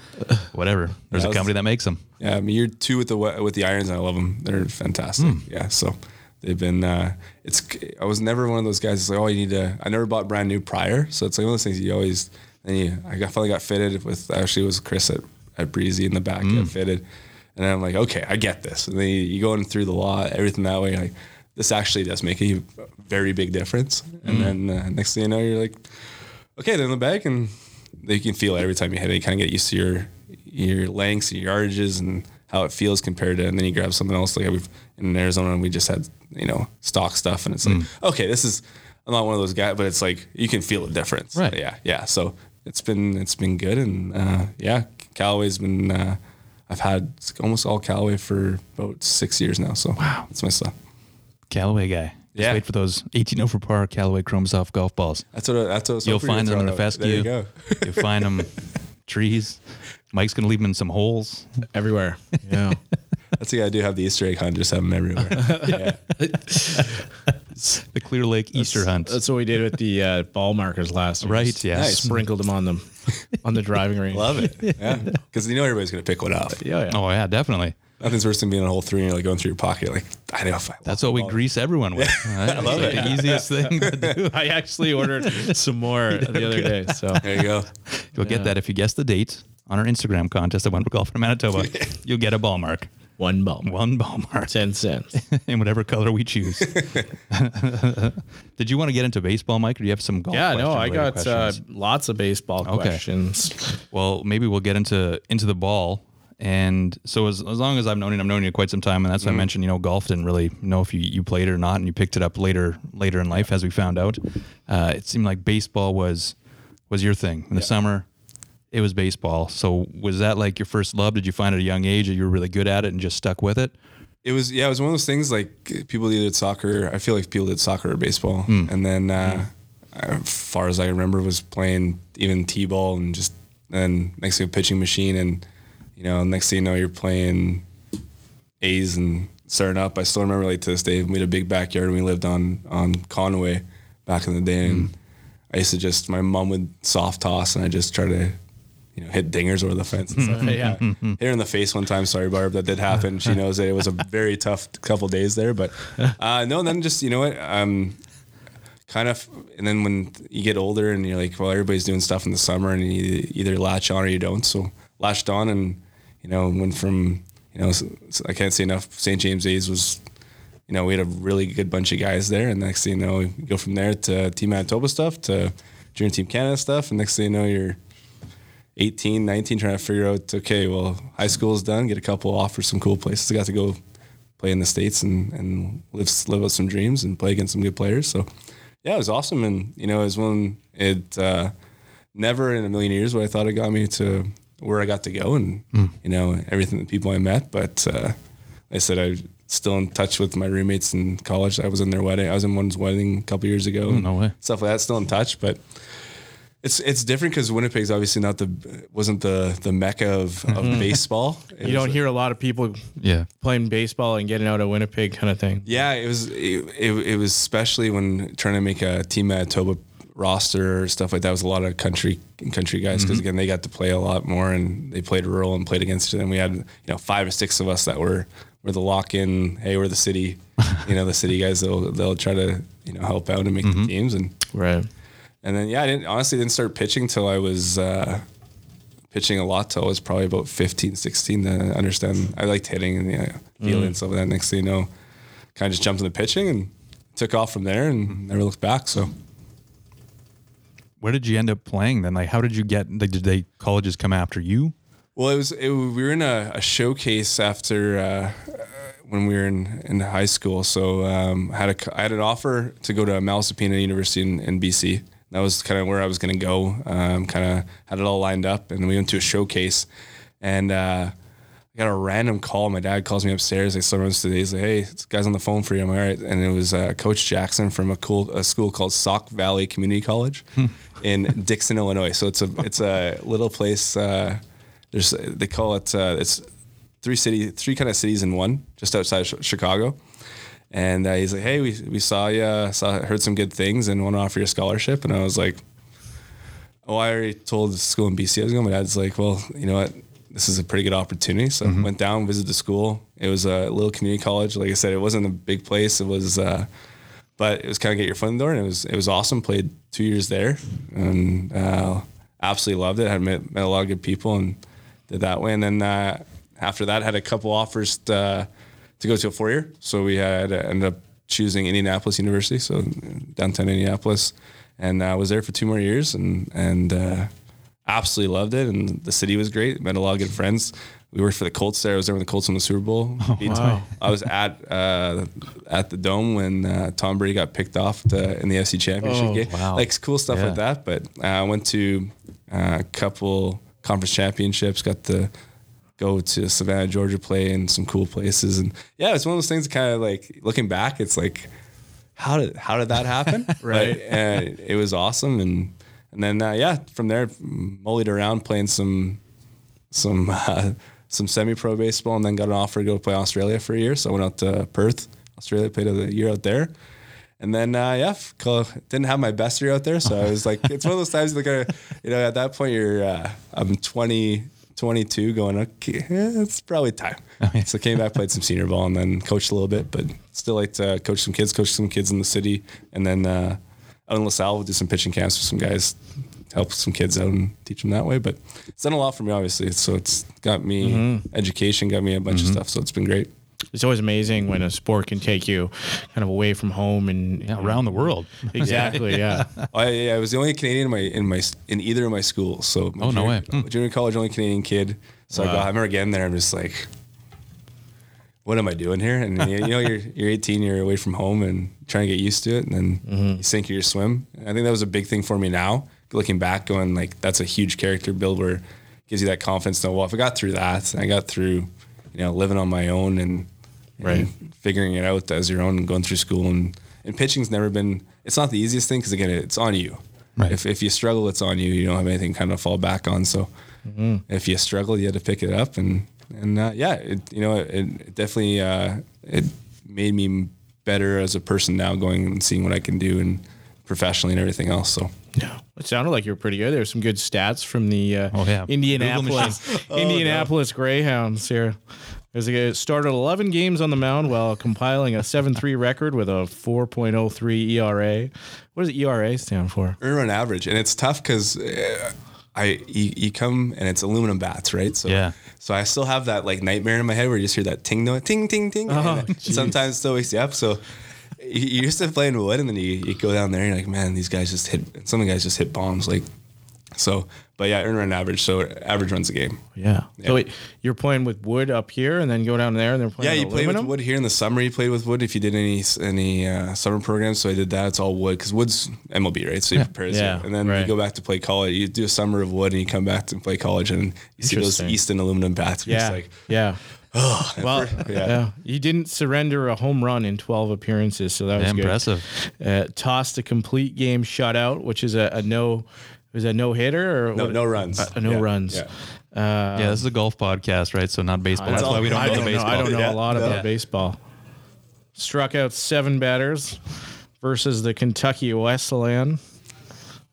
whatever. There's
That
a
was-
company that makes them.
Yeah, I mean, year two with the we- with the irons, I love them. They're fantastic. Yeah, so they've been. Uh, it's. I was never one of those guys. that's like, oh, you need to. I never bought brand new prior, so it's like one of those things you always. And you, I got, finally got fitted with. Actually, it was Chris at, at Breezy in the back got fitted, and I'm like, okay, I get this. And then you, you go in through the law, everything that way. You're like, this actually does make a very big difference. And then uh, next thing you know, you're like, okay, they're in the bag, and you can feel it every time you hit it. You kind of get used to your your lengths and your yardages and how it feels compared to, and then you grab something else. Like we've in Arizona, we just had you know stock stuff, and it's
Mm.
like okay, this is. I'm not one of those guys, but it's like you can feel the difference.
Right.
Yeah. Yeah. So it's been it's been good, and uh, yeah, Callaway's been. Uh, I've had almost all Callaway for about six years now. So wow, it's my stuff.
Callaway guy. Just
Yeah.
wait for those 18 over par Callaway Chrome Soft golf balls.
That's what that's what I was
You'll
hoping you
find
would
them in the
throw out.
fescue.
There you go.
will find them trees. Mike's going to leave them in some holes.
everywhere. Yeah.
That's the I do have the Easter egg hunt. Just have them everywhere.
The Clear Lake Easter hunt.
That's what we did with the uh, ball markers last year.
Right,
Just
yeah. Nice.
Sprinkled them on them on the driving range.
Love it. Yeah, because you know everybody's gonna pick one up.
Yeah, yeah.
oh, yeah, definitely.
Nothing's worse than being on hole three and you're like going through your pocket. Like I know if I
That's what we grease everyone with. I love it. The easiest thing to do.
I actually ordered some more the other day. So
There you go.
You'll get that if you guess the date on our Instagram contest at Wentworth Golf in Manitoba. You'll get a ball mark,
one ball,
one ball mark,
ten cents.
in whatever color we choose. Did you want to get into baseball, Mike, or do you have some golf?
Yeah, no, I
question-related
got uh,
questions?
lots of baseball questions.
Well, maybe we'll get into into the ball. And so as, as long as I've known you, I've known you quite some time, and that's why I mentioned, you know, golf didn't really know if you, you played or not, and you picked it up later later in life, as we found out. Uh, it seemed like baseball was was your thing in the summer. It was baseball. So was that like your first love? Did you find at a young age that you were really good at it and just stuck with it?
It was yeah. It was one of those things like people either did soccer. I feel like people did soccer or baseball, and then uh, I- as far as I remember, was playing even t-ball and just and next thing a pitching machine, and you know next thing you know you're playing A's and starting up. I still remember like to this day. We had a big backyard. and We lived on on Conway back in the day, and I used to just my mom would soft toss, and I just try to you know hit dingers over the fence and stuff. yeah, hit her in the face one time. Sorry, Barb, that did happen. She knows that it was a very tough couple days there, but uh, no. And then just you know what, um, kind of. And then when you get older and you're like, well, everybody's doing stuff in the summer, and you either latch on or you don't. So latched on, and you know went from you know s- s- I can't say enough. St. James A's was you know, we had a really good bunch of guys there. And next thing you know, you go from there to Team Manitoba stuff to Junior Team Canada stuff. And next thing you know, you're 18, 19, trying to figure out, okay, well, high school's done, get a couple offers from cool places. I got to go play in the States and, and live, live out some dreams and play against some good players. So, yeah, it was awesome. And, you know, it was one, it, uh, never in a million years would I thought it got me to where I got to go and you know everything the people I met. But uh, like I said I'm still in touch with my roommates in college. I was in their wedding. I was in one's wedding a couple years ago.
no way.
Stuff like that. Still in touch, but. It's, it's different because Winnipeg's obviously not the wasn't the the mecca of, of baseball. It
You
was-
don't hear a lot of people
Yeah.
playing baseball and getting out of Winnipeg kind of thing.
Yeah, it was it, it, it was especially when trying to make a team Manitoba roster or stuff like that It was a lot of country country guys because again they got to play a lot more and they played rural and played against it and we had you know five or six of us that were were the lock in hey we're the city you know the city guys they'll they'll try to you know help out and make the teams and
Right.
and then yeah I didn't honestly didn't start pitching till I was uh, pitching a lot till I was probably about 15 16 to understand I liked hitting and yeah, feeling and stuff like that next thing you know kind of just jumped into pitching and took off from there and never looked back. So
Where did you end up playing then? Like, how did you get? Like, did they colleges come after you?
well, it was it, we were in a, a showcase after uh, when we were in, in high school. So um, I had a c I had an offer to go to Malaspina University in, in BC. That was kind of where I was going to go. Um, kind of had it all lined up, and we went to a showcase, and. Uh, I got a random call. My dad calls me upstairs. Like someone's today. He's like, "Hey, this guy's on the phone for you." I'm like, all right, and it was uh, Coach Jackson from a cool a school called Sauk Valley Community College in Dixon, Illinois. So it's a it's a little place. Uh, there's they call it uh, it's three city three kind of cities in one, just outside of Chi- Chicago. And uh, he's like, "Hey, we, we saw you, saw heard some good things, and want to offer you a scholarship." And I was like, "Oh, I already told the school in BC I was going." My dad's like, "Well, you know what? This is a pretty good opportunity." So I went down, visited the school. It was a little community college. Like I said, it wasn't a big place. It was, uh, but it was kind of get your foot in the door, and it was it was awesome. Played two years there, and uh, absolutely loved it. Had met, met a lot of good people, and did that way. And then uh, after that, had a couple offers uh, to go to a four year. So we had uh, ended up choosing Indianapolis University, so downtown Indianapolis, and I was there for two more years, and and uh, absolutely loved it. And the city was great. Met a lot of good friends. We worked for the Colts there. I was there when the Colts won the Super Bowl. Beat- I was at uh, at the dome when uh, Tom Brady got picked off to, in the FC Championship
Oh,
game.
wow.
Like cool stuff like that. But uh, I went to uh, a couple conference championships. Got to go to Savannah, Georgia, play in some cool places. And yeah, it's one of those things. Kind of like looking back, it's like how did how did that happen? right. and it was awesome, and and then uh, yeah, from there mullied around playing some some uh, some semi pro baseball, and then got an offer to go play Australia for a year. So I went out to Perth, Australia, played a year out there. And then, uh, yeah, f- co- didn't have my best year out there. So I was like, it's one of those times, like, uh, you know, at that point, you're, uh, I'm 20, 22, going, okay, eh, it's probably time. so came back, played some senior ball, and then coached a little bit, but still like to coach some kids, coach some kids in the city. And then uh, out in LaSalle, we'll do some pitching camps with some guys, help some kids out and teach them that way. But it's done a lot for me, obviously. So it's got me education, got me a bunch of stuff. So it's been great.
It's always amazing when a sport can take you kind of away from home and
Yeah, around the world.
Exactly. Yeah.
I, I was the only Canadian in my in my in either of my schools. So my
Oh, no
junior,
way. Hmm.
Junior college, only Canadian kid. So I, got, I remember getting there. I'm just like, what am I doing here? And you, you know, you're you're 18, you're away from home, and trying to get used to it, and then
Mm-hmm.
you sink or you swim. I think that was a big thing for me now, looking back, going like, that's a huge character build where it gives you that confidence. That well, if I got through that, and I got through, you know, living on my own and
Right.
and figuring it out as your own and going through school and and pitching's never been it's not the easiest thing because again it's on you
Right.
if, if you struggle it's on you you don't have anything kind of fall back on so if you struggle you had to pick it up and and uh, yeah it, you know it, it definitely uh, it made me better as a person now going and seeing what I can do and professionally and everything else so
It sounded like you were pretty good. There were some good stats from the uh,
Oh, yeah.
Indianapolis
Oh,
Indianapolis Greyhounds here. There's a guy who started 11 games on the mound while compiling a 7-3 record with a 4.03 ERA. E What does ERA stand for?
earn on average, and it's tough because uh, I you, you come and it's aluminum bats, right? So
Yeah.
So I still have that like nightmare in my head where you just hear that ting no- ting ting ting. and it sometimes it still wakes you up. So you- you're used to playing wood, and then you, you go down there and you're like, man, these guys just hit. Some of the guys just hit bombs, like so. But yeah, earn run average. So average runs a game.
Yeah. So wait, you're playing with wood up here and then go down there and they're playing
Yeah, you
with
play with
aluminum?
wood here in the summer. You played with wood if you did any any uh, summer programs. So I did that. It's all wood because wood's MLB, right? So you prepare prepares
Yeah,
you, and then
right.
you go back to play college. You do a summer of wood, and you come back to play college, and you see those
Interesting.
Easton aluminum bats. You're
Yeah.
just like,
yeah. well, yeah.
yeah.
You didn't surrender a home run in 12 appearances, so that was good.
Impressive.
uh, tossed a complete game shutout, which is a, a no was a no hitter or
no,
what-
no runs,
uh, no
Yeah,
runs.
yeah.
yeah, this is a golf podcast, right? So not baseball. That's
all-
why we don't
I
know
don't
the
know.
baseball.
I don't know a
Yeah,
lot
yeah.
about baseball. Struck out seven batters versus the Kentucky Wesleyan.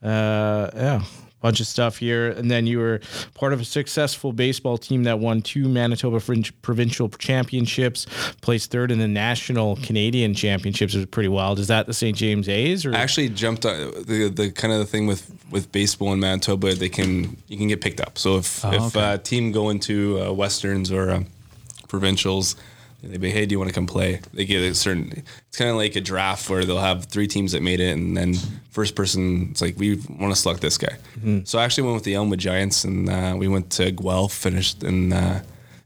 Uh, yeah, bunch of stuff here, and then you were part of a successful baseball team that won two Manitoba Fringe- provincial championships, placed third in the national Canadian championships. It was pretty wild. Is that the St. James A's or
I actually jumped on the the kind of the thing with with baseball in Manitoba. They can you can get picked up. So if if
okay.
a team go into uh, westerns or um, provincials, they be hey, do you want to come play? They get a certain. It's kind of like a draft where they'll have three teams that made it, and then first person it's like we want to select this guy. So I actually went with the Elmwood Giants, and uh, we went to Guelph, finished and uh,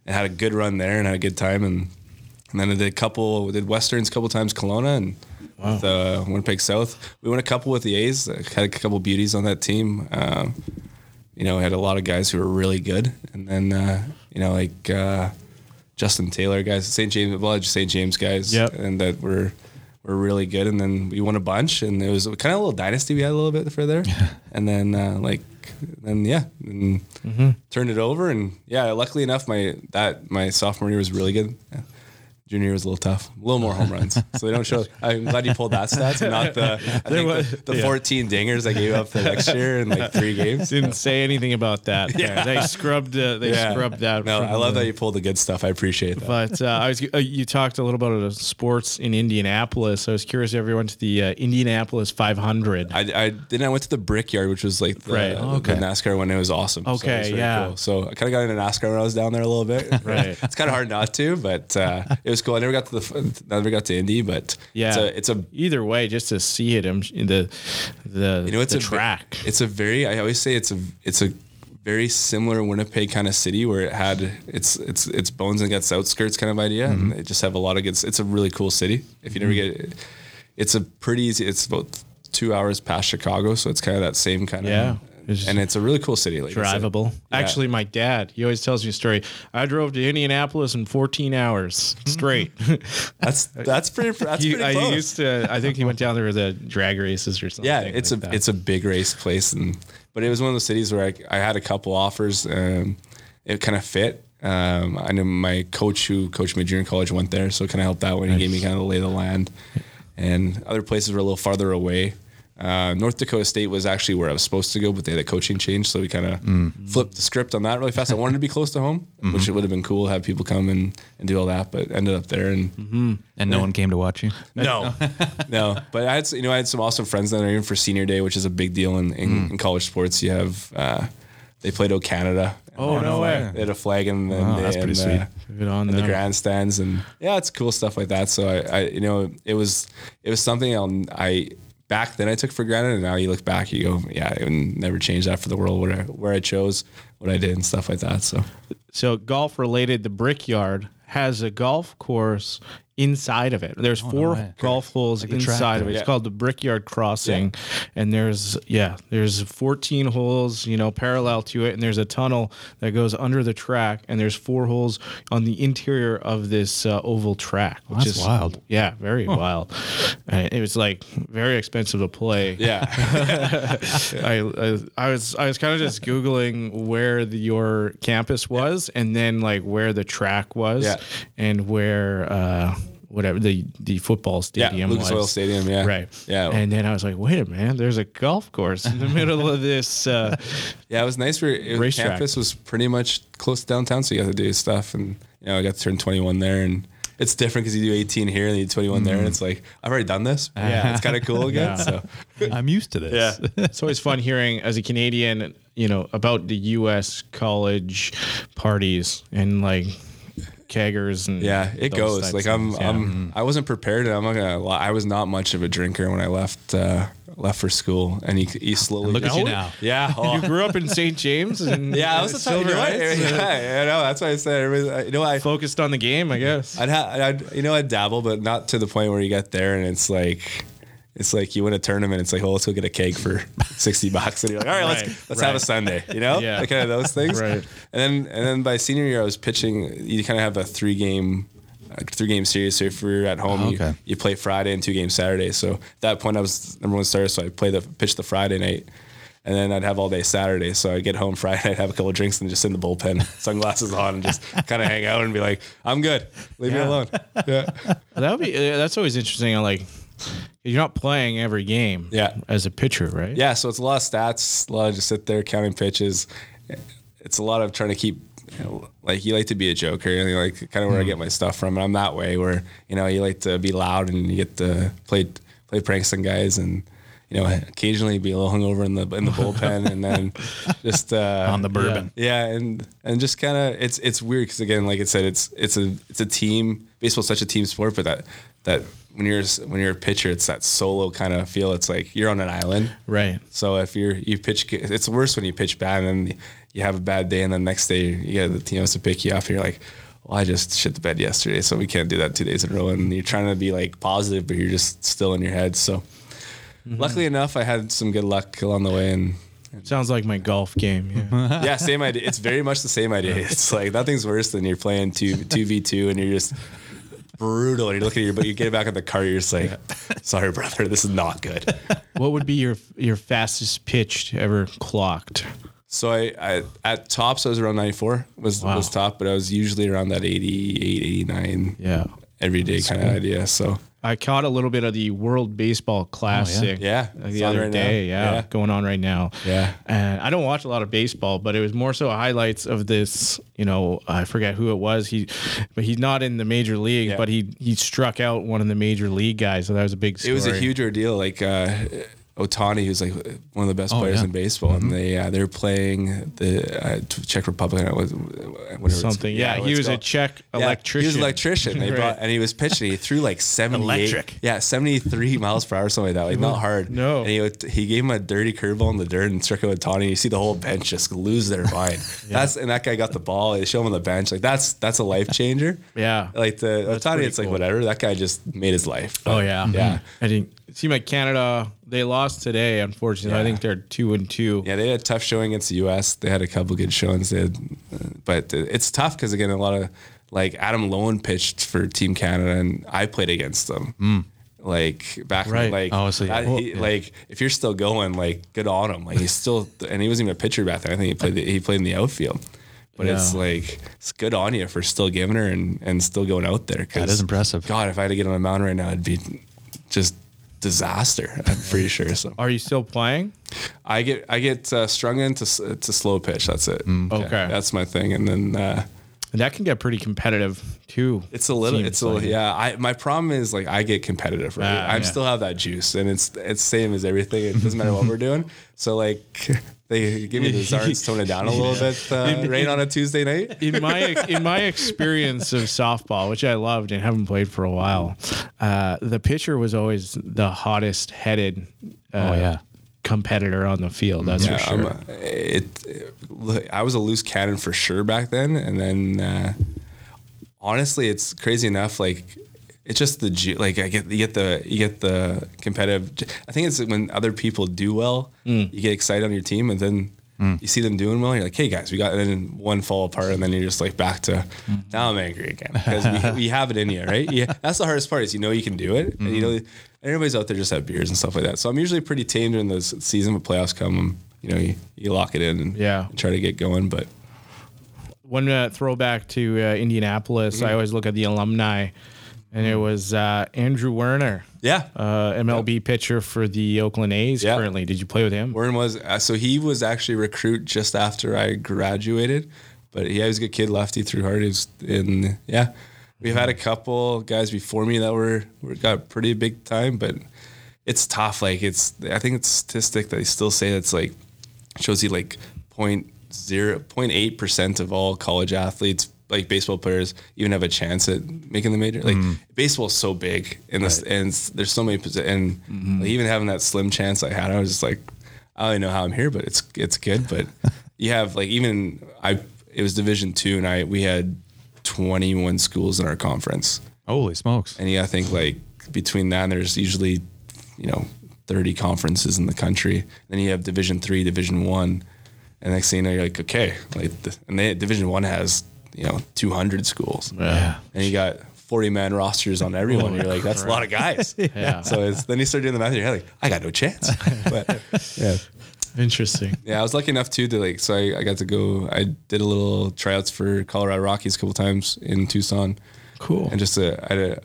and had a good run there and had a good time and. And then I did a couple, did Westerns a couple times, Kelowna and with, uh, Winnipeg South. We won a couple with the A's, uh, had a couple beauties on that team. Um, you know, had a lot of guys who were really good. And then, uh, you know, like uh, Justin Taylor guys, St. James, a lot of St. James guys,
Yep.
and that were were really good. And then we won a bunch, and it was kind of a little dynasty we had a little bit for there. and then, uh, like, then yeah, and
Mm-hmm.
turned it over. And yeah, luckily enough, my that my sophomore year was really good. Junior year was a little tough, a little more home runs. So they don't show. I'm glad you pulled that stats, and not the I think
was-
the, the 14 dingers I gave up the next year in like three games.
didn't say anything about that. They scrubbed. Uh, they
Yeah.
scrubbed that.
No,
from
I love
the-
that you pulled the good stuff. I appreciate that.
But uh, I was. Uh, you talked a little about uh, sports in Indianapolis. I was curious if everyone to the uh, Indianapolis 500.
I, I then I went to the Brickyard, which was like the,
Right. Oh,
okay.
the NASCAR one. It was awesome. So it
Okay,
was very
yeah.
So I kind of got into NASCAR when I was down there a little bit.
Right.
it's kind of hard not to, but uh, it was cool. I never got to the never got to Indy, but
Yeah.
it's a, it's a
Either way, just to see it, I'm, sh- the the
You know, it's
the
a
track.
It's a very. I always say it's a. It's a very similar Winnipeg kind of city where it had its its its bones and its outskirts kind of idea,
Mm-hmm.
and they just have a lot of good. It's a really cool city. If you never get, it's a pretty easy. It's about two hours past Chicago, so it's kind of that same kind
Yeah.
of. and it's a really cool city. Like I said.
drivable. Actually, my dad, he always tells me a story. I drove to Indianapolis in 14 hours straight.
That's that's pretty. That's
He-
Mm-hmm. pretty
I
close.
used to, I think he went down there with the uh, drag races or something.
yeah, it's a it's a big race place, and but it was one of those cities where I, I had a couple offers. Um, it kind of fit. Um, I know my coach who coached me during college went there, so it kind of helped that when he gave me kind of the lay of the land. And other places were a little farther away. Uh, North Dakota State was actually where I was supposed to go, but they had a coaching change, so we kind of flipped the script on that really fast. I wanted to be close to home, which it would have been cool to have people come and, and do all that, but ended up there and
And no one came to watch you.
no, no. But I had, you know, I had some awesome friends down there, even for senior day, which is a big deal in, in,
Hmm.
in college sports. You have, uh, they played O Canada.
Oh, no way.
They had a flag in the, in the-
that's pretty
in the-
sweet. Good on
in the
them.
grandstands, and yeah, it's cool stuff like that. So I, I you know, it was, it was something I'll, I back then I took for granted, and now you look back, you go, yeah, I would never change that for the world. Where I, where I chose, what I did, and stuff like that. So
So golf related, the Brickyard has a golf course inside of it. There's four
Oh, way.
golf holes inside of it. It's
Yeah.
called the Brickyard Crossing, and there's yeah, there's 14 holes, you know, parallel to it, and there's a tunnel that goes under the track, and there's four holes on the interior of this uh, oval track, which
that's
is
wild.
Yeah, very wild. And it was like very expensive to play.
yeah.
I, I I was I was kind of just googling where the, your campus was, and then like where the track was,
Yeah.
and where uh, whatever the the football stadium
Lucas
was.
Oil Stadium, yeah.
Right.
Yeah.
And then I was like, wait a minute, there's a golf course in the middle of this. Uh,
Yeah, it was nice. For it, was-
Racetrack.
campus was pretty much close to downtown, so you got to do stuff. And you know, I got to turn 21 there, and it's different because you do 18 here and you do 21 there, and it's like I've already done this. Yeah, it's kind of cool again.
Yeah.
So
I'm used to this.
it's always fun hearing as a Canadian, you know, about the U.S. college parties and like keggers and
yeah, it
those
goes.
types
Like
of
I'm,
things. Yeah. Mm-hmm.
I'm, I wasn't prepared, and I'm not gonna lie. I was not much of a drinker when I left uh, left for school, and you, you slowly
Look at you
No.
now.
Yeah, oh.
You grew up in St. James, and
yeah, I was the type. You
Silver
know what?
Heights?
Yeah, I know. That's why I said. everybody- You know, I
focused on the game, I guess.
I'd, ha- I'd you know I'd dabble, but not to the point where you get there and it's like it's like you win a tournament. It's like, oh, let's go get a cake for sixty bucks, and you're like, all right,
Right,
let's let's have a
right.
Sunday, you know,
Yeah.
like kind of those things.
Right.
And then and then by senior year, I was pitching. You kind of have a three game. Three game series. So if you're at
Oh,
home, you-
Okay.
you, play Friday and two games Saturday. So at that point, I was number one starter. So I play the pitch the Friday night, and then I'd have all day Saturday. So I'd get home Friday, I'd have a couple of drinks and just sit in the bullpen, sunglasses on, and just kind of hang out and be like, "I'm good. Leave me
Yeah.
alone." Yeah.
That would be uh, that's always interesting. I Like you're not playing every game,
Yeah.
as a pitcher, right?
Yeah, so it's a lot of stats, a lot of just sit there counting pitches. It's a lot of trying to keep you know, like you like to be a joker, and you like kind of where I
Mm-hmm.
get my stuff from. And I'm that way where you know you like to be loud and you get to play play pranks on guys, and you know occasionally be a little hungover in the in the bullpen, and then just uh,
On the bourbon.
Yeah, and and just kind of it's it's weird because again, like I said, it's it's a it's a team. Baseball's such a team sport, but that that when you're when you're a pitcher, it's that solo kind of feel. It's like you're on an island,
Right.
so if you're you pitch, it's worse when you pitch bad and then you have a bad day, and the next day you get the team has to pick you up. And you're like, well, I just shit the bed yesterday, so we can't do that two days in a row. And you're trying to be like positive, but you're just still in your head. So luckily enough, I had some good luck along the way, and
Sounds like my golf game. Yeah.
yeah, same idea. It's very much the same idea. It's like nothing's worse than you're playing two two v two and you're just brutal. And you're looking at your, but you get back in the car, you're just like, sorry, brother, this is not good.
what would be your your fastest pitch ever clocked?
So I, I at tops I was around 94 was
Wow.
was top, but I was usually around that 88, 89
Yeah.
every day kind of idea. So
I caught a little bit of the World Baseball Classic.
Yeah.
like
It's
the
on
other
right now.
day. Yeah,
Yeah.
Going on right now.
Yeah.
And I don't watch a lot of baseball, but it was more so highlights of this, you know, I forget who it was. He but he's not in the major league,
Yeah.
but he he struck out one of the major league guys. So that was a big story.
it was a huge ordeal. Like uh, Otani, who's like one of the best
Oh,
players
yeah.
in baseball,
Mm-hmm.
and they uh, they're playing the uh, Czech Republic, uh, whatever it's-
Something. Yeah,
what
he
it's
was a
called.
Czech
Yeah,
electrician.
He was an electrician. They
Right.
brought and he was pitching. He threw like seventy
Electric.
Yeah, seventy three miles per hour, something like that. Like not hard.
No.
And he would- he gave him a dirty curveball in the dirt and struck out with Tony. You see the whole bench just lose their mind. That's and that guy got the ball. They show him on the bench. Like that's that's a life changer.
Yeah.
Like the Otani,
pretty
it's like
cool.
whatever. That guy just made his life.
Oh yeah,
Yeah.
I think Team at Canada they lost today. Unfortunately, I
Yeah.
think they're two and two.
Yeah, they had a tough showing against the U.S. They had a couple good showings, they had, but it's tough because again, a lot of like Adam Lowen pitched for Team Canada, and I played against them.
Hmm.
Like back,
Right.
like
Oh, so
that-
yeah.
he- like if you're still going, like good on him. Like he's still, and he wasn't even a pitcher back then. I think he played the, he played in the outfield. But it's
Yeah.
like it's good on you for still giving her and, and still going out there. 'cause,
That is impressive.
God, if I had to get on a mound right now, it'd be just disaster. I'm pretty sure. So
Are you still playing?
I get I get uh, strung into s- to slow pitch. That's it.
Mm. Okay.
that's my thing. And then uh,
And that can get pretty competitive too.
it's a little,
Seems
it's a little,
like it.
yeah. I my problem is like I get competitive. Right,
Ah,
I
yeah.
still have that juice, and it's it's same as everything. It doesn't matter what we're doing. So like they give me the zards, tone it down a little bit. Uh, rain on a Tuesday night.
in my in my experience of softball, which I loved and haven't played for a while, uh, the pitcher was always the hottest headed. Uh,
Oh, yeah.
competitor on the field. That's for sure.
I'm, uh, it, it- look, I was a loose cannon for sure back then, and then uh, honestly, it's crazy enough. Like it's just the ju- like I get you get the you get the competitive. ju- I think it's when other people do well, you get excited on your team, and then. You see them doing well, and you're like, "Hey guys, we got." And then one fall apart, and then you're just like back to, "Now I'm angry again because we, we have it in you, right?" Yeah, that's the hardest part is you know you can do it, and you know everybody's out there just have beers and stuff like that. So I'm usually pretty tame during the s- season, but playoffs come, um, you know, you, you lock it in and
Yeah.
and try to get going. But
one uh, throwback to uh, Indianapolis. I always look at the alumni, and it was uh, Andrew Werner,
yeah,
uh, MLB pitcher for the Oakland A's.
Yeah.
Currently, did you play with him?
Warren was uh, so he was actually recruit just after I graduated, but he was a good kid, lefty through hard. He was in yeah. We've had a couple guys before me that were, were got pretty big time, but it's tough. Like it's I think it's a statistic that they still say that's like shows you like point zero point eight percent of all college athletes like baseball players even have a chance at making the major. Like baseball's so big and this and s- there's so many posi- and like, even having that slim chance I had, I was just like, I don't even know how I'm here, but it's it's good. But you have like even I it was Division two and I we had 21 schools in our conference.
Holy smokes.
And yeah, I think like between that, and there's usually, you know, 30 conferences in the country. Then you have Division three, Division one, and next thing you know, you're like, okay, like, the, and they, Division one has you know 200 schools. Yeah. And you got 40 man rosters on everyone. you're like, that's a lot of guys. yeah. So it's, then you start doing the math, and you're like, I got no chance. But yeah.
Interesting.
Yeah, I was lucky enough too to like, so I, I got to go. I did a little tryouts for Colorado Rockies a couple times in Tucson.
Cool.
And just uh, I had a,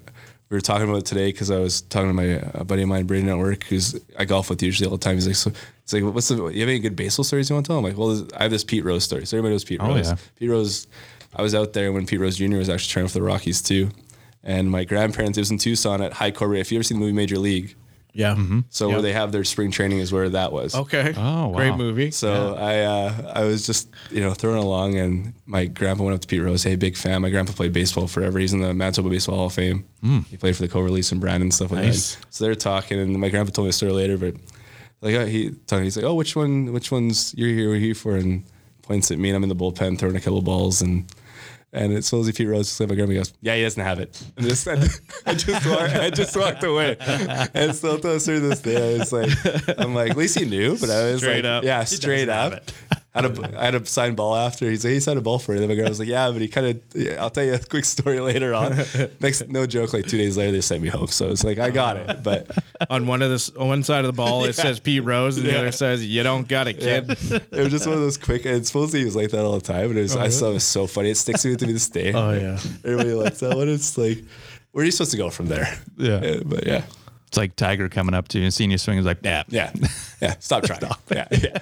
we were talking about it today because I was talking to my a buddy of mine, Braden at work, who's I golf with usually all the time. He's like, so it's like, what's the you have any good baseball stories you want to tell? I'm like, well, this, I have this Pete Rose story. So everybody knows Pete
Oh,
Rose.
yeah.
Pete Rose, I was out there when Pete Rose Jr. was actually training for the Rockies too, and my grandparents. It was in Tucson at High Corbett. If you ever seen the movie Major League,
Yeah.
so
Yeah.
where they have their spring training is where that was.
Okay.
Mm-hmm. Oh, wow.
Great movie.
So I uh, I was just you know throwing along, and my grandpa went up to Pete Rose. Hey, big fan. My grandpa played baseball forever. He's in the Manitoba Baseball Hall of Fame. He played for the Coverlease and Brandon and stuff like
Hmm. Nice.
that. So they're talking, and my grandpa told me a story later, but like uh, he told me, he's like, oh, which one? Which one's you're here? We're here for? And points at me, and I'm in the bullpen throwing a couple balls, and and it's supposedly Pete Rose. Just like my grandma goes, "Yeah, he doesn't have it." And just, I, I just, walked, I just walked away, and still to us through this day, I was like, "I'm like, at least he knew." But I was
Straight
like,
up.
"Yeah, straight up." I had a I had a signed ball after. He's like, "He signed a ball for you." Then my grandma was like, "Yeah, but he kind of." Yeah, I'll tell you a quick story later on. Next, no joke. Like two days later, they sent me home. So it's like I got it, but
on one of this, on one side of the ball, it says Pete Rose, and the other says you don't got it, kid.
it was just one of those quick. And supposedly he was like that all the time. And it was I saw it was so funny. It sticks with me to this day.
Oh yeah.
Everybody likes that one. It's like, where are you supposed to go from there?
Yeah.
but yeah.
It's like Tiger coming up to you and seeing you swing is like, nah,
Yeah. Yeah. Stop trying. Yeah. yeah.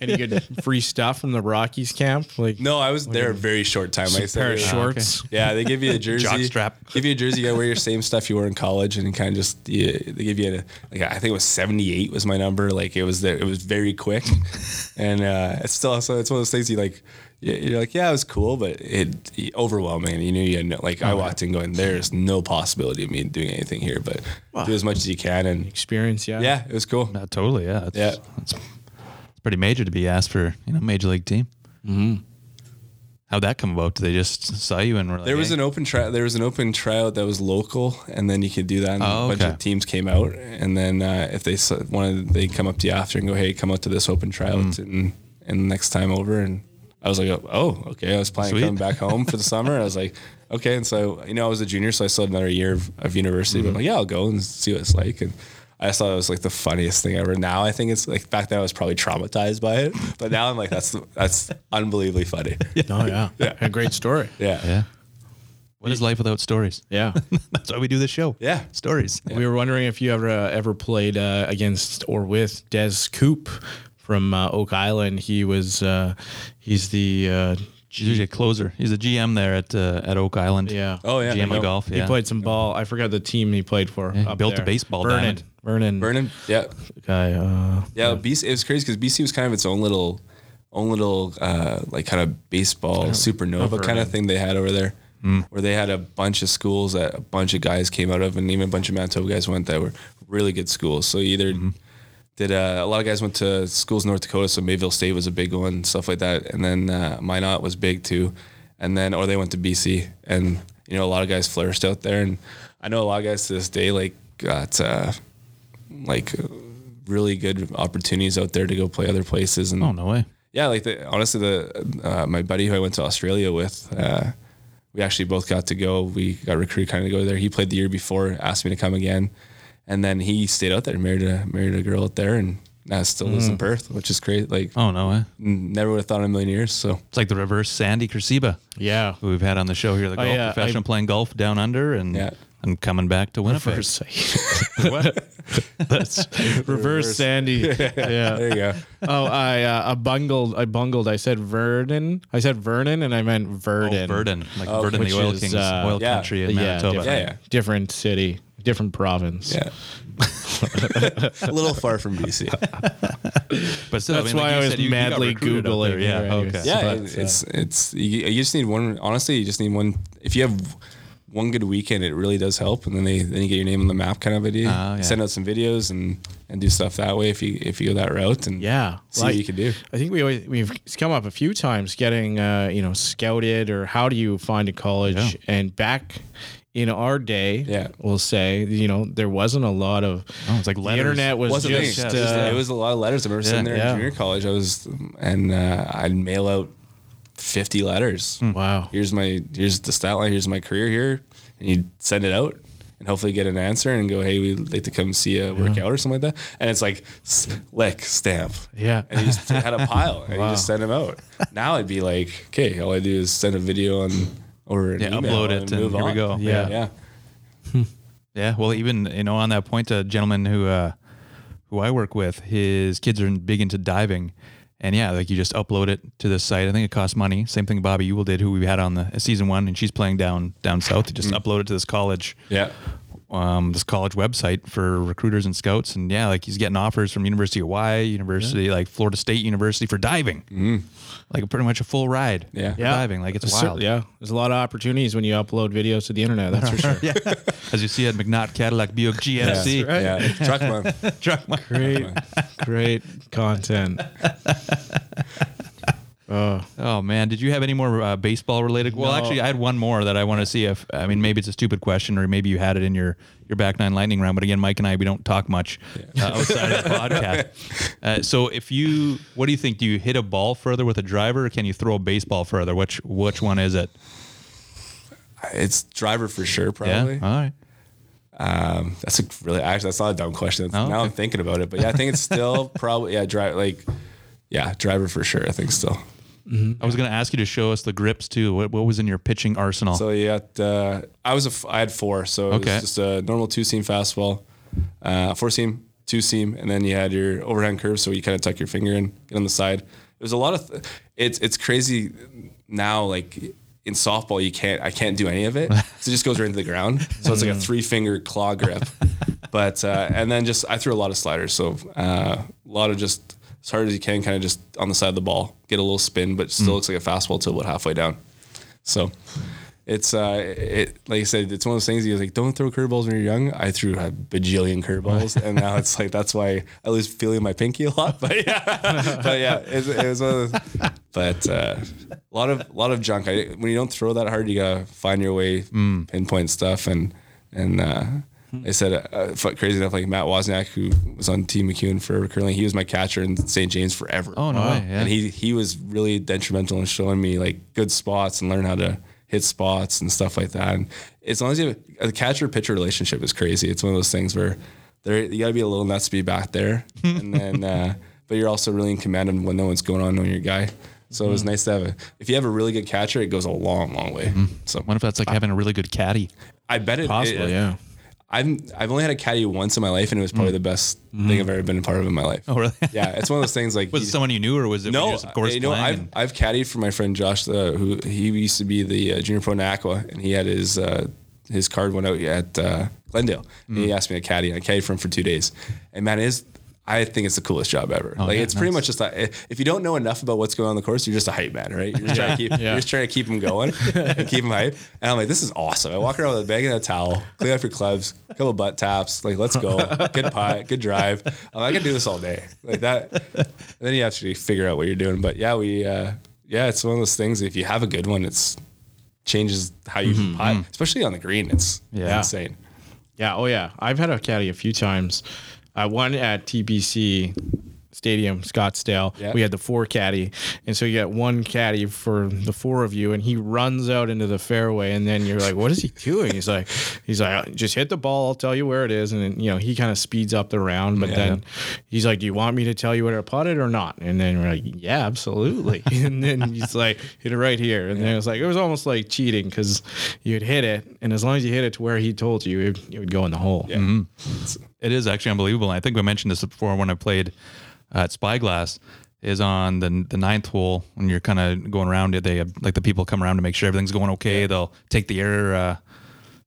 Any good free stuff from the Rockies camp? Like
No, I was there a very short time. Like I said,
pair of
we were-
shorts.
Yeah, they give you a jersey.
Jockstrap.
Give you a jersey. You gotta wear your same stuff you wore in college, and kind of just you, they give you a. Like, I think it was seventy eight was my number. Like it was there. It was very quick, and uh, it's still so it's one of those things you like. you- You're like, yeah, it was cool, but it overwhelming. You know, you had no, like I walked in going, there's no possibility of me doing anything here, but do as much as you can, and
Experience, yeah.
yeah, it was cool.
Uh, totally, yeah. It's,
Yeah.
It's, it's pretty major to be asked for, you know, major league team. Mm-hmm. How'd that come about? Did they just saw you and were like,
There was
"Hey?"
an open trial. There was an open tryout that was local, and then you could do that. And
Oh,
A bunch
okay.
of teams came out, and then uh, if they s- wanted, they come up to you after and go, "Hey, come out to this open tryout,
Hmm.
and and next time over." And I was like, "Oh, okay." I was planning on
Sweet.
coming back home for the summer. and I was like, "Okay." And so you know, I was a junior, so I still had another year of, of university.
Hmm.
But I'm like, yeah, I'll go and see what it's like. And I just thought it was like the funniest thing ever. Now I think it's like back then I was probably traumatized by it, but now I'm like, that's that's unbelievably funny. Yeah.
Oh yeah. A great story.
Yeah. What is life without stories?
Yeah.
That's why we do this show.
Yeah.
Stories.
We were wondering if you ever uh, ever played uh, against or with Des Coop from uh, Oak Island. He was uh, he's the uh,
He's usually a closer. He's a GM there at uh, at Oak Island.
yeah.
Oh yeah.
GM
no.
of golf. Yeah.
He played some ball. I forgot the team he played for.
Yeah, he
up
built a
there.
baseball
Vernon.
diamond.
Vernon.
Vernon. Yeah.
Guy. Uh,
Yeah, BC, it was crazy because BC was kind of its own little, own little uh, like kind of baseball supernova kind of thing they had over there, where they had a bunch of schools that a bunch of guys came out of, and even a bunch of Manitoba guys went that were really good schools. So either did uh, a lot of guys went to schools in North Dakota, so Mayville State was a big one, stuff like that, and then uh, Minot was big too, and then or they went to BC, and you know a lot of guys flourished out there, and I know a lot of guys to this day like got. Uh, like really good opportunities out there to go play other places and
Oh no way.
yeah like the, honestly the uh, my buddy who I went to Australia with uh, we actually both got to go we got recruited kind of to go there he played the year before asked me to come again and then he stayed out there married a married a girl out there and now still lives in Perth which is crazy like
Oh no way.
never would have thought in a million years so
It's like the reverse Sandy Kersiba,
yeah.
who we've had on the show here, the golf
Oh, yeah,
professional playing golf down under and
Yeah.
and coming back to Winnipeg.
Reverse, That's- reverse Sandy. Yeah.
there you go
Oh, I uh, I bungled. I bungled. I said Vernon. I said Vernon, and I meant Verdon.
Oh, Verdon, like Verdon,
which
the oil
is,
kings,
uh,
oil
yeah.
country in
Yeah,
Manitoba.
different,
Yeah, yeah.
different city, different province.
yeah a little far from BC
But still,
That's
I mean,
why
like you
I was
said, you- you got
madly
recruited up there.
Googling
Yeah.
here
Okay.
anyways.
Yeah,
But,
it- it's it's you, you just need one. Honestly, you just need one. If you have one good weekend, it really does help. And then they then you get your name on the map, kind of idea.
Oh, yeah.
Send out some videos and and do stuff that way if you if you go that route and
Yeah,
see what you can do.
I think we always, we've it's come up a few times getting uh, you know scouted or how do you find a college and back in our day,
Yeah.
we'll say you know there wasn't a lot of
Oh, it's like
the
letters.
internet was
Wasn't
just,
just,
uh,
it was a lot of letters. I remember sitting there
yeah.
in junior college. I was and uh, I'd mail out fifty letters.
wow
Here's my here's the stat line. Here's my career here, and you send it out. And hopefully get an answer and go, hey, we'd like to come see a workout or something like that. And it's like, s- lick, stamp,
yeah
and he just had a pile and you just sent him out. Now I'd be like, okay, all I do is send a video on or an
Yeah,
email
upload it
and
and
move
here we
on.
go.
Yeah.
yeah, yeah.
Yeah, well, even you know, on that point, a gentleman who uh, who I work with, his kids are big into diving, and yeah, like you just upload it to this site. I think it costs money. Same thing Bobby Ewell did, who we had on the uh, season one, and she's playing down down south. You just upload it to this college,
yeah.
um, this college website for recruiters and scouts, and yeah, like he's getting offers from University of Hawaii, University like Florida State University for diving, like pretty much a full ride,
Yeah.
for
Yeah.
diving, like it's
There's cer-
wild,
yeah there's a lot of opportunities when you upload videos to the internet that's for sure
yeah. As you see at McNaught Cadillac Buick GMC
Yeah. Truck man.
truck market.
great great content
Oh man, did you have any more uh, baseball related? Well,
No.
actually, I had one more that I want to see if I mean maybe it's a stupid question or maybe you had it in your your back nine lightning round. But again, Mike and I we don't talk much uh, outside of the podcast. Uh, so if you, what do you think? Do you hit a ball further with a driver? or Can you throw a baseball further? Which which one is it?
It's driver for sure, probably.
Yeah, all right.
That's a really actually that's not a dumb question.
Oh,
now
okay.
I'm thinking about it. But yeah, I think it's still probably yeah, drive like yeah, driver for sure, I think still.
I was going to ask you to show us the grips too. What what was in your pitching arsenal?
So you got uh, I was a f- I had four, so it
Okay.
was just a normal two seam fastball, uh, four seam, two seam, and then you had your overhand curve. So you kind of tuck your finger in, get on the side. There's a lot of, th- it's it's crazy now. Like in softball, you can't, I can't do any of it. So it just goes right into the ground. So it's like a three finger claw grip. But uh, and then just I threw a lot of sliders. So uh, a lot of just as hard as you can, kind of just on the side of the ball, get a little spin, but still looks like a fastball till about halfway down. So it's uh, it like I said, it's one of those things. You're like, don't throw curveballs when you're young. I threw a bajillion curveballs, and now it's like that's why I lose feeling my pinky a lot. But yeah, but yeah, it, it was. One of those, but uh, a lot of lot of junk. I, when you don't throw that hard, you gotta find your way,
Mm.
pinpoint stuff, and and uh,
Hmm.
I said uh, fu- crazy enough, like Matt Wozniak, who was on Team McEwen for curling, he was my catcher in St. James forever.
Oh, no way, yeah.
And he he was really detrimental in showing me like good spots and learn how to hit spots and stuff like that. And as long as you have a catcher pitcher relationship is crazy. It's one of those things where there you gotta be a little nuts to be back there, and then uh, but you're also really in command of when no one's going on on your guy. So it was
Mm-hmm.
nice to have a. If you have a really good catcher, it goes a long, long way. So
wonder if that's like having a really good caddy.
I bet it.
Possibly,
it-
yeah.
I've I've only had a caddy once in my life, and it was probably the best thing I've ever been a part of in my life.
Mm. Mm-hmm. Oh, really?
Yeah, it's one of those things like
Was it
you-
someone you knew, or was it
no,
just of course
you know,
playing
I've
and-
I've caddied for my friend Josh, uh, who he used to be the uh, junior pro in Aqua, and he had his uh, his card went out at uh, Glendale, and
Mm.
he asked me to caddy, and I caddied for him for two days, and man, it is. I think it's the coolest job ever. like
Oh, yeah,
it's pretty
nice.
much just that. If you don't know enough about what's going on in the course, you're just a hype man, right? You're just trying to keep, you're just trying to keep them going and keep them hype. And I'm like, this is awesome. I walk around with a bag and a towel, clean up your clubs, couple butt taps. Like, let's go. Good putt, good drive. I'm like, I can do this all day. Like that. And then you have to figure out what you're doing. But yeah, we uh, yeah, it's one of those things. If you have a good one, it's changes how you
Mm-hmm.
putt,
Mm.
especially on the green. It's
Yeah.
insane.
Yeah. Oh, yeah. I've had a caddy a few times. Uh, one at TBC Stadium, Scottsdale.
Yeah.
We had the four caddy. And so you got one caddy for the four of you, and he runs out into the fairway. And then you're like, what is he doing? He's like, he's like, just hit the ball. I'll tell you where it is. And then, you know, he kind of speeds up the round. But then he's like, do you want me to tell you where to pot it or not? And then we're like, yeah, absolutely. and then he's like, hit it right here. And then it was like, it was almost like cheating because you'd hit it. And as long as you hit it to where he told you, it, it would go in the hole. Yeah.
It is actually unbelievable. And I think we mentioned this before when I played uh, at Spyglass. Is on the the ninth hole when you're kind of going around it. They have, like the people come around to make sure everything's going okay. They'll take the air uh,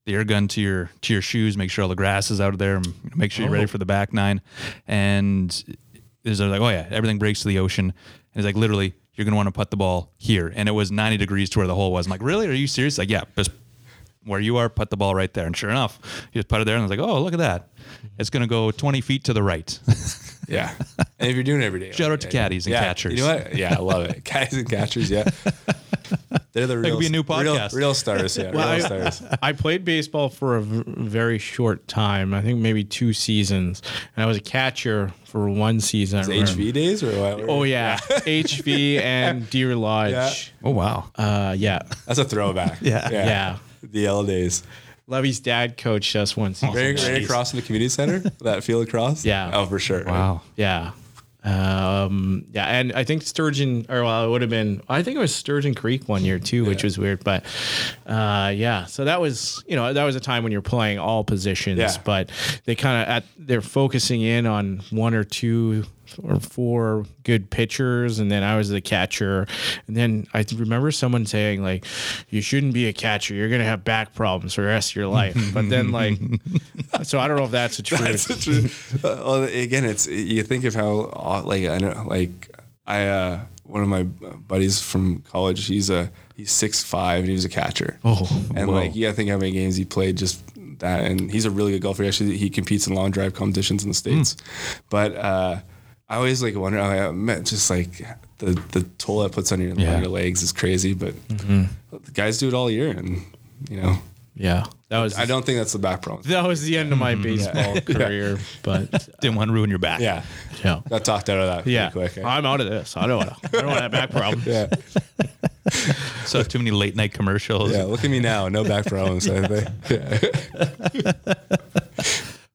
the air gun to your to your shoes, make sure all the grass is out of there, and make sure you're ready for the back nine. And is they're like, oh yeah, everything breaks to the ocean. And it's like literally, you're gonna want to putt the ball here. And it was 90 degrees to where the hole was. I'm like, really? Are you serious? Like, yeah, just where you are, put the ball right there. And sure enough, you just put it there, and I was like, oh, look at that. It's gonna go 20 feet to the right.
Yeah. And if you're doing it every day,
Shout out to caddies and
yeah,
catchers.
You know what? Yeah, I love it. Caddies and catchers. Yeah. They're the real,
be a new
real,
podcast.
real stars. Yeah.
Well,
real
I,
stars.
I played baseball for a v- very short time. I think maybe two seasons, and I was a catcher for one season. I remember.
HV days or what?
Oh yeah, HV and Deer Lodge.
oh wow.
Uh, yeah,
That's a throwback. yeah.
yeah.
The L days.
Levy's dad coached us one season.
Right, right across from the community center, that field across.
Yeah.
Oh, for sure.
Wow.
Yeah. Um, yeah, and I think Sturgeon, or well, it would have been, I think it was Sturgeon Creek one year too, which was weird, but uh, yeah. So that was, you know, that was a time when you're playing all positions,
Yeah.
but they kind of at they're focusing in on one or two or four good pitchers, and then I was the catcher, and then I remember someone saying like, "You shouldn't be a catcher. You're gonna have back problems for the rest of your life." but then like, so I don't know if that's the truth.
That's the truth. Uh, well, again, it's you think of how uh, like I know like I uh, one of my buddies from college. He's a he's six five and he was a catcher.
Oh,
and like you gotta think how many games he played just that. And he's a really good golfer. He Actually, he competes in long drive competitions in the
Hmm.
states. But uh, I always like wonder. I meant just like the the toll that puts on your, on
Yeah.
your legs is crazy. But
Mm-hmm.
the guys do it all year, and you know
yeah, that was
I don't think that's the back problem.
that was the end of my baseball career. But
Didn't want to ruin your back.
Yeah,
yeah,
got talked out of that pretty
yeah,
quick. eh?
I'm out of this. I don't want to. I don't want that back problem.
Yeah,
So too many late night commercials.
yeah. Look at me now, no back problems. I think. Yeah.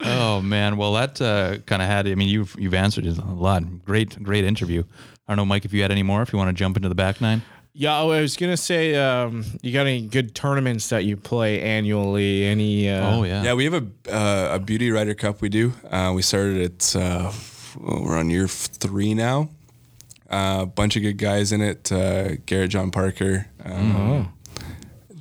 Oh man, well that uh, kind of had. I mean, you've you've answered it a lot. Great, great interview. I don't know, Mike, if you had any more. If you want to jump into the back nine,
Yeah, I was gonna say, um, you got any good tournaments that you play annually? Any? Uh,
Oh yeah.
Yeah, we have a uh, a beauty rider cup. We do. Uh, we started at uh, f- oh, we're on year f- three now. A uh, bunch of good guys in it. Uh, Garrett John Parker, um,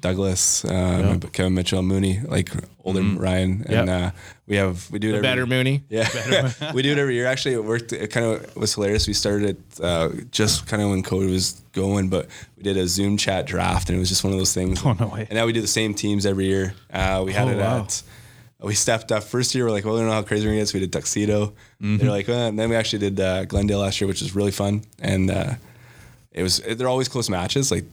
Douglas, uh, Kevin Mitchell, Mooney, like older Ryan, and uh, we have we do it every-
Better Mooney.
yeah, we do it every year. Actually, it worked. It kind of was hilarious. We started it uh, just kind of when COVID was going, but we did a Zoom chat draft, and it was just one of those things.
Oh, no way.
And now we do the same teams every year. Uh, we had
Oh,
it
wow.
at. We stepped up first year. We're like, well, we don't know how crazy we're gonna get. So we did tuxedo.
Mm-hmm.
They're like, well, and then we actually did uh, Glendale last year, which was really fun. And uh, it was they're always close matches. Like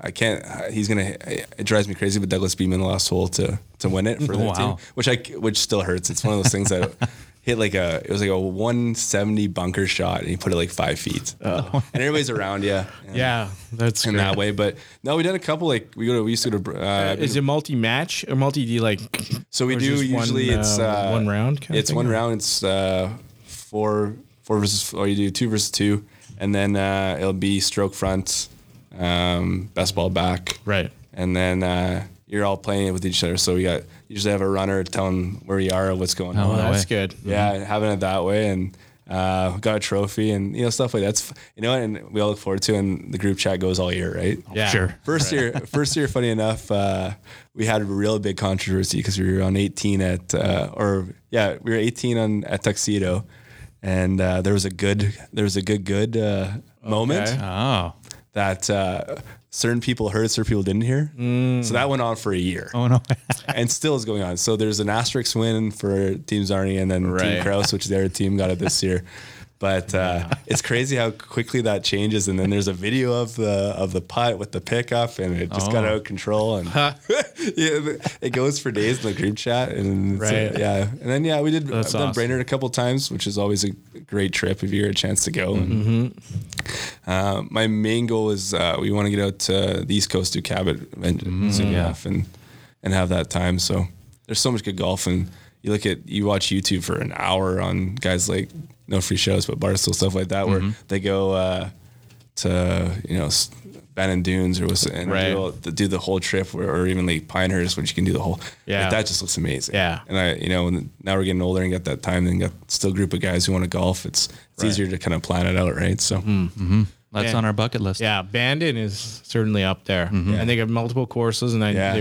I can't. He's gonna. It drives me crazy. But Douglas Beeman lost hole to to win it for their
Wow.
team, which I which still hurts. It's one of those things that hit like a. It was like a 170 bunker shot, and he put it like five feet, and everybody's around you.
Oh. Yeah, that's
In
great.
that way, but no, we done a couple. Like we go to, we used to go to. Uh,
Is it multi-match or multi? Like,
so we
or
do
just one,
usually. it's
uh,
uh,
one round kinda
it's
thing,
one
or-
round. It's uh, four four versus four. You do two versus two, and then uh, it'll be stroke front, um, best ball back,
right?
and then uh, you're all playing it with each other. So we got usually have a runner telling where you are, what's going
Oh,
on.
that
That's
way.
good.
Yeah, having it that way, and uh, got a trophy, and you know stuff like that's you know, and we all look forward to. it, And the group chat goes all year, right?
Yeah.
Sure.
First year, first year, funny enough, uh, we had a real big controversy because we were on 18 at, uh, or yeah, we were 18 on at tuxedo, and uh, there was a good, there was a good good uh, moment
Okay.
Oh.
that uh, certain people heard, certain people didn't hear.
Mm.
So that went on for a year
Oh no.
and still is going on. So there's an asterisk win for Team Zarni and then
Right.
Team Kraus, which their team got it this year. But uh, it's crazy how quickly that changes. And then there's a video of the of the putt with the pickup, and it just got
Oh.
out of control. And yeah, it goes for days in the group chat. And it's, uh,
Right.
yeah, and then yeah, we did
That's
I've done
awesome.
Brainerd a couple times, which is always a great trip if you get a chance to go. And,
Mm-hmm.
uh, my main goal is uh, we want to get out to the East Coast, do Cabot and
Mm-hmm.
soon enough, and and have that time. So there's so much good golf, and you look at you watch YouTube for an hour on guys like no free shows, but Barstool stuff like that, where
Mm-hmm.
they go uh, to you know s- Bannon Dunes or was and
Right.
do, all- do the whole trip, or, or even like Pinehurst, which you can do the whole. like,
Yeah.
that just looks amazing.
Yeah.
and I you know and now we're getting older and got that time and got still a group of guys who want to golf. It's it's easier to kind of plan it out, right? So.
Hmm.
That's
Yeah.
on our bucket list.
Yeah, Bandon is certainly up there, and they got multiple courses, and I,
Mm-hmm. Yeah.
they,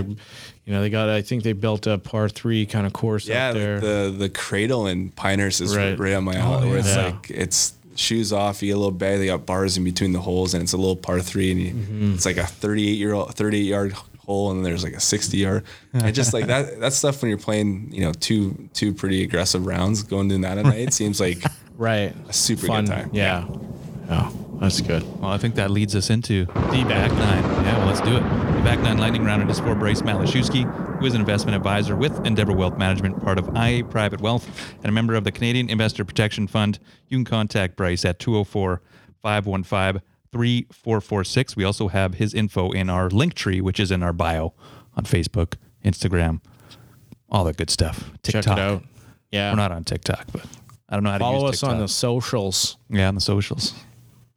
you know, they got. I think they built a par three kind of course
Yeah,
up there.
like the the cradle in Pinehurst is
Right. Oh,
right, on my alley. Where it's
yeah.
like it's shoes off, you get a little bag. They got bars in between the holes, and it's a little par three, and you,
Mm-hmm.
it's like a thirty eight year old thirty eight yard hole, and there's like a sixty yard. And just like that that stuff when you're playing, you know, two two pretty aggressive rounds going doing that at night seems like
right.
a super
Fun.
good time.
Yeah. Oh, that's good.
Well, I think that leads us into the back nine. Yeah, well, let's do it. The back nine lightning round is for Bryce Malashewski, who is an investment advisor with Endeavor Wealth Management, part of IA Private Wealth, and a member of the Canadian Investor Protection Fund. You can contact Bryce at 204 515 3446. We also have his info in our link tree, which is in our bio on Facebook, Instagram, all that good stuff. TikTok.
Check it out. Yeah.
We're not on TikTok, but I don't know how to
Follow
use
us
TikTok.
on the socials.
Yeah, on the socials.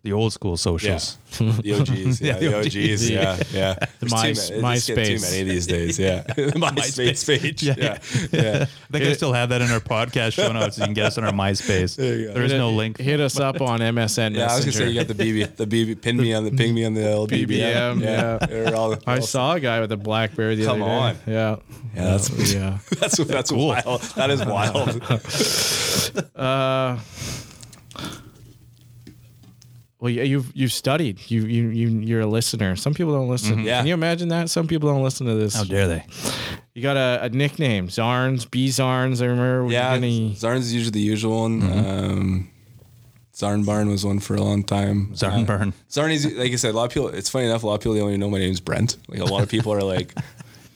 The old school socials.
The OGs, yeah, the OGs, yeah, yeah. There's
My-
too many- they just get
MySpace.
too many these days, yeah. MySpace page, yeah, yeah.
I think I still have that in our podcast show notes. You can get us on our MySpace. There is no link.
Hit us up on MSN
Yeah, I was gonna
Messenger.
say you got the BB, the BB, pin me on the ping me on the LBBM.
BBM, yeah.
they're all-
I
all-
saw a guy with a BlackBerry the
Come
other day.
on.
Yeah.
Yeah, that's
Yeah.
that's that's wild. That is wild.
Well, yeah, you've you've studied. You you you you're a listener. Some people don't listen.
Mm-hmm.
Yeah.
Can you imagine that? Some people don't listen to this.
How dare they?
You got a, a nickname, Zarns, B Zarns. I remember. when
yeah,
Any,
Zarn's is usually the usual one. Um, Zarn Barn was one for a long time. Uh,
Zarn Barn.
Zarn is like I said. A lot of people. It's funny enough. A lot of people they only know my name's Brent. Like a lot of people are like.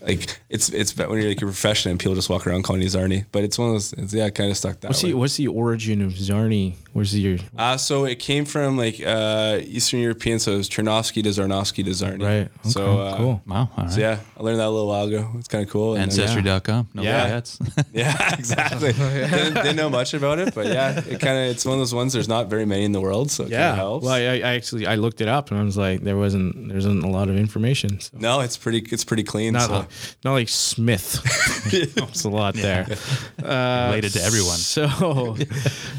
Like it's it's when you're like a professional and people just walk around calling you Zarny, but it's one of those it's, yeah kind of stuck that
what's
way.
the what's the origin of Zarny?
Where's your
Uh, so it came from like uh, Eastern European. So it was Chernovsky to Zarnovsky to Zarni.
right?
so
Okay,
uh,
cool.
Wow. All right.
So yeah, I learned that a little while ago. It's kind of cool. And then-
Ancestry.com. No
Yeah.
that's
yeah, exactly.
Oh,
didn't, didn't know much about it, but yeah, it kind of it's one of those ones. There's not very many in the world, so it kind
Yeah.
of helps.
Well, I, I actually I looked it up and I was like, there wasn't there wasn't a lot of information. So.
no, it's pretty it's pretty clean.
Not
so.
like, not like Smith. Helps a lot there. Uh,
Related to everyone.
So,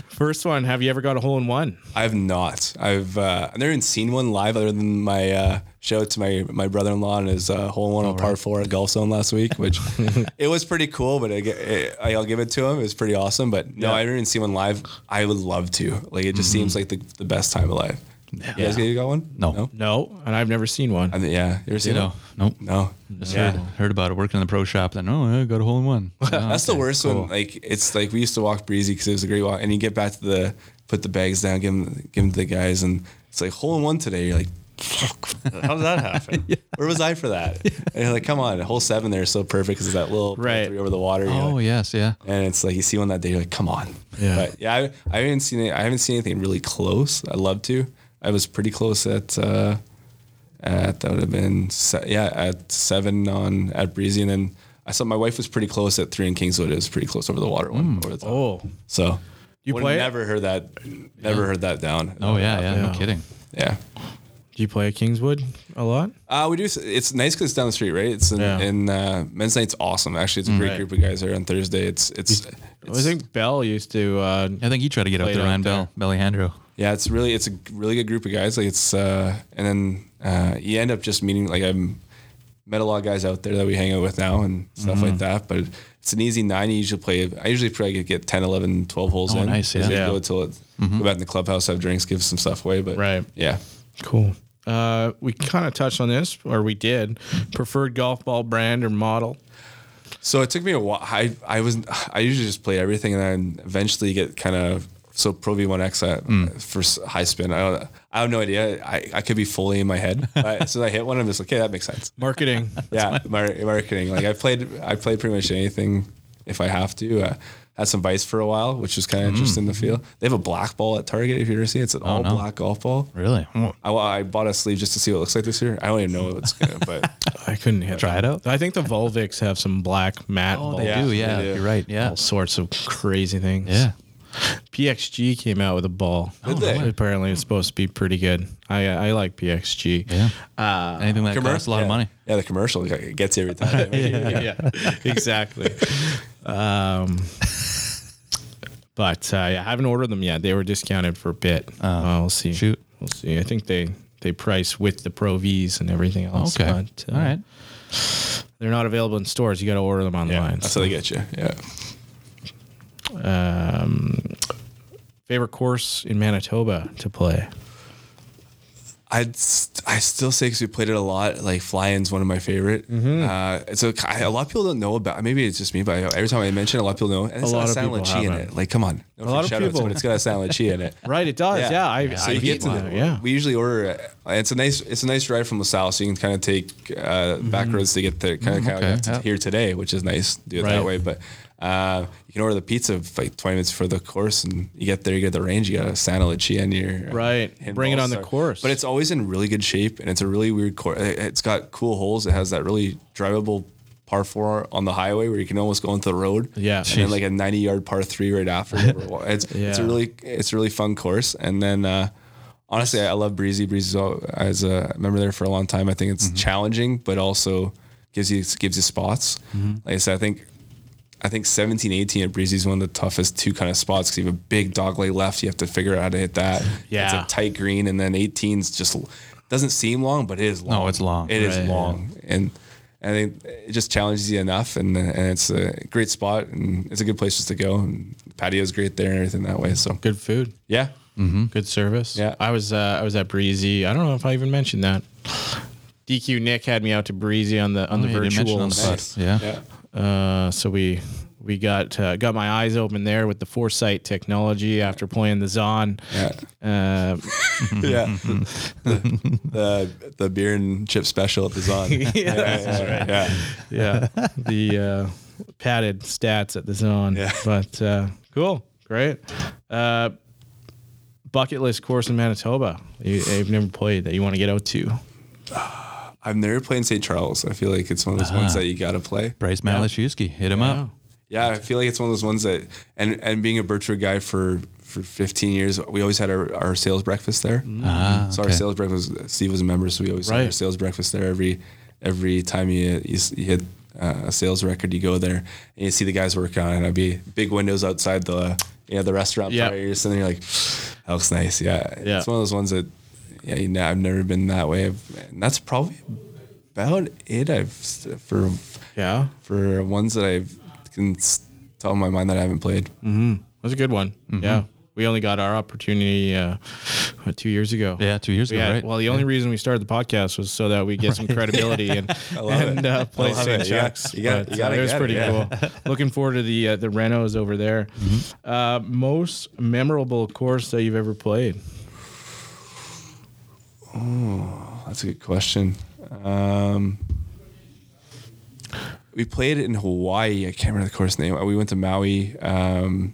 first one. Have you ever got a hole in one?
I've not. I've uh, I've never even seen one live other than my uh, shout out to my my brother in law and his uh, hole in one on par four at golf zone last week, which it was pretty cool. But I, ge- eh, I'll give it to him. It was pretty awesome. But no, I haven't even seen one live. I would love to. Like it just seems like the, the best time of life. You guys you got one?
No.
No.
No, and I've never seen one.
I mean, yeah. You ever seen
no,
it?
nope.
No.
Just
Yeah.
heard, heard about it working in the pro shop. Then oh, I got a hole in one. Oh,
That's
okay,
the worst
cool.
one. Like it's like we used to walk breezy because it was a great walk, and you get back to the put the bags down, give them give them to the guys, and it's like hole in one today. You're like, fuck, how did that happen? Where was I for that? And you're like, come on, hole seven there is so perfect because that little par
Right.
three over the water. you're
Oh
like-
yes, yeah.
And it's like you see one that day, you're like, come on. Yeah. But yeah, I, I haven't seen it. I haven't seen anything really close. I'd love to. I was pretty close at. uh at that would have been se- yeah at seven on at breezy and then I saw my wife was pretty close at three in Kingswood. It was pretty close over the water one. Over the top.
Oh,
so
You
you
play it?
never heard that, never heard that down.
Oh yeah, yeah. No
Yeah.
kidding.
yeah.
do you play at Kingswood a lot?
Uh, we do. s- It's nice because it's down the street, right? It's in,
Yeah.
in uh, men's night's awesome. Actually, it's a great
Right.
group of guys there on Thursday. It's it's, it's
I think Bell used to. Uh,
I think you tried to get out
Played
there,
out
Ryan
there.
Bell, Bellyhandro.
yeah, it's really it's a really good group of guys. Like it's uh, and then uh, you end up just meeting like I'm met a lot of guys out there that we hang out with now and stuff like that. But it's an easy nine. You usually play. I usually probably get 10, 11, 12 holes
Oh,
in.
nice, yeah.
Usually
Yeah.
Go till it, go back in the clubhouse, have drinks, give some stuff away. But
Right.
yeah,
Cool. Uh, we kind of touched on this, or we did. Preferred golf ball brand or model?
So it took me a while. I, I was I usually just play everything and then eventually get kind of so Pro V1X uh, for s- high spin. I don't I have no idea. I, I could be fully in my head. But as soon as I hit one, I'm just like, okay, that makes sense.
Marketing.
yeah, mar- marketing. Like I played I played pretty much anything if I have to. Uh, had some vice for a while, which was
Mm.
kind of interesting to feel. They have a black ball at Target. If you ever see it, it's an
Oh,
all black golf ball.
Really?
I, I bought a sleeve just to see what it looks like this year. I don't even know what it's gonna, but
I couldn't hit.
Try it out.
I think the Volvics have some black matte.
Oh,
balls.
they
Yeah,
do.
they
Yeah,
do.
you're right. Yeah,
All sorts of crazy things.
yeah.
PXG came out with a ball.
Did they?
Apparently, it's supposed to be pretty good. I I like PXG.
Yeah. Anything that costs a lot
yeah.
of money.
Yeah, the commercial like, it gets you every time.
yeah, exactly. um, but uh, yeah, I haven't ordered them yet. They were discounted for a bit. Uh, we'll see.
shoot.
we'll see. I think they they price with the Pro Vs and everything else.
Okay.
but, uh,
All right.
They're not available in stores. You got to order them online.
That's how they get you. Yeah.
Favorite course in Manitoba to play?
I'd st- I still say because we played it a lot. Like fly-in's one of my favorite.
Mm-hmm.
Uh, it's a, I, a lot of people don't know about. Maybe it's just me, but I- every time I mention, it, a lot of people know. And it's
A
got
lot of
San
people
Chi in
haven't.
it. Like, come on, a
lot of people-
but it's got a San Chi in it.
Right, it does. Yeah, I,
so
I
you get
beat
to
one.
the,
Yeah,
We usually order. uh, It's a nice. It's a nice drive from LaSalle, so you can kind of take uh, back
Mm-hmm.
roads to get there. Kind of, kind
okay,
of
yeah.
here today, which is nice. Do it
Right.
that way, but uh, you can order the pizza like twenty minutes for the course, and you get there, you get the range, you got a San Chi in your uh,
Right.
handball
Bring it on the
stuff.
course.
But it's always in really good shape, and it's a really weird course. It's got cool holes. It has that really drivable. Par four on the highway where you can almost go into the road,
Yeah.
and then
Jeez.
like a ninety yard par three right after. it's it's a
Yeah.
really really- it's a really fun course. And then uh, honestly, I love Breezy. Breezy's all, as a member there for a long time. I think
Mm-hmm.
it's challenging, but also gives you gives you spots.
Mm-hmm.
Like I said, I think I think 17, 18 at Breezy is one of the toughest two kind of spots because you have a big dog leg left. You have to figure out how to hit that.
Yeah.
it's a tight green, and then 18's just doesn't seem long, but it is long.
it's long,
It is
right.
long, and. I think it just challenges you enough, and, uh, and it's a great spot, and it's a good place just to go. And the patio's great there, and everything that way. So
good food.
yeah.
Good service.
Yeah.
Hmm. I was uh, I was at Breezy. I don't know if I even mentioned that. DQ Nick had me out to Breezy on the on the
yeah, you Oh, didn't mention on the
virtuals.
pod. Yeah.
Uh, so we we got uh, got my eyes open there with the foresight technology after playing the Zon.
Yeah.
Uh,
Yeah. the, the beer and chip special at the Zon. yeah, yeah, yeah.
yeah, the uh, padded stats at the Zon.
Yeah.
But uh, cool, great. Uh, bucket list course in Manitoba you, have never played that you want to get out to?
I've never played in St. Charles. I feel like it's one of those ones that you got to play.
Bryce Malashewski, hit him up.
Yeah, I feel like it's one of those ones that, and and being a Birchwood guy for for 15 years, we always had our, our sales breakfast there. so our
okay.
sales breakfast, Steve was a member, so we always had our
Mm. Right.
sales breakfast there every every time you you, s- you hit uh, a sales record, you go there and you see the guys working on it. I'd be big windows outside the you know the restaurant
Yeah.
part. You're just sitting there, you're like, that looks nice. Yeah,
Yeah.
it's one of those ones that yeah, you know, I've never been that way. I've, and that's probably about it. I've s- for
Yeah,
for ones that I can s- tell in my mind that I haven't played.
that's a good one. Yeah, we only got our opportunity uh, what, two years ago.
Yeah, two years
We
ago,
had-
right?
Well, the only reason we started the podcast was so that we get some credibility and, and uh, play
love
St.
it, yeah.
Chuck's.
You gotta-
But,
you gotta
uh, it was
get it,
pretty
yeah. Mm-hmm.
cool. Looking forward to the uh, the renos over there. Uh, most memorable course that you've ever played?
That's a good question. Um, we played it in Hawaii. I can't remember the course name. We went to Maui um,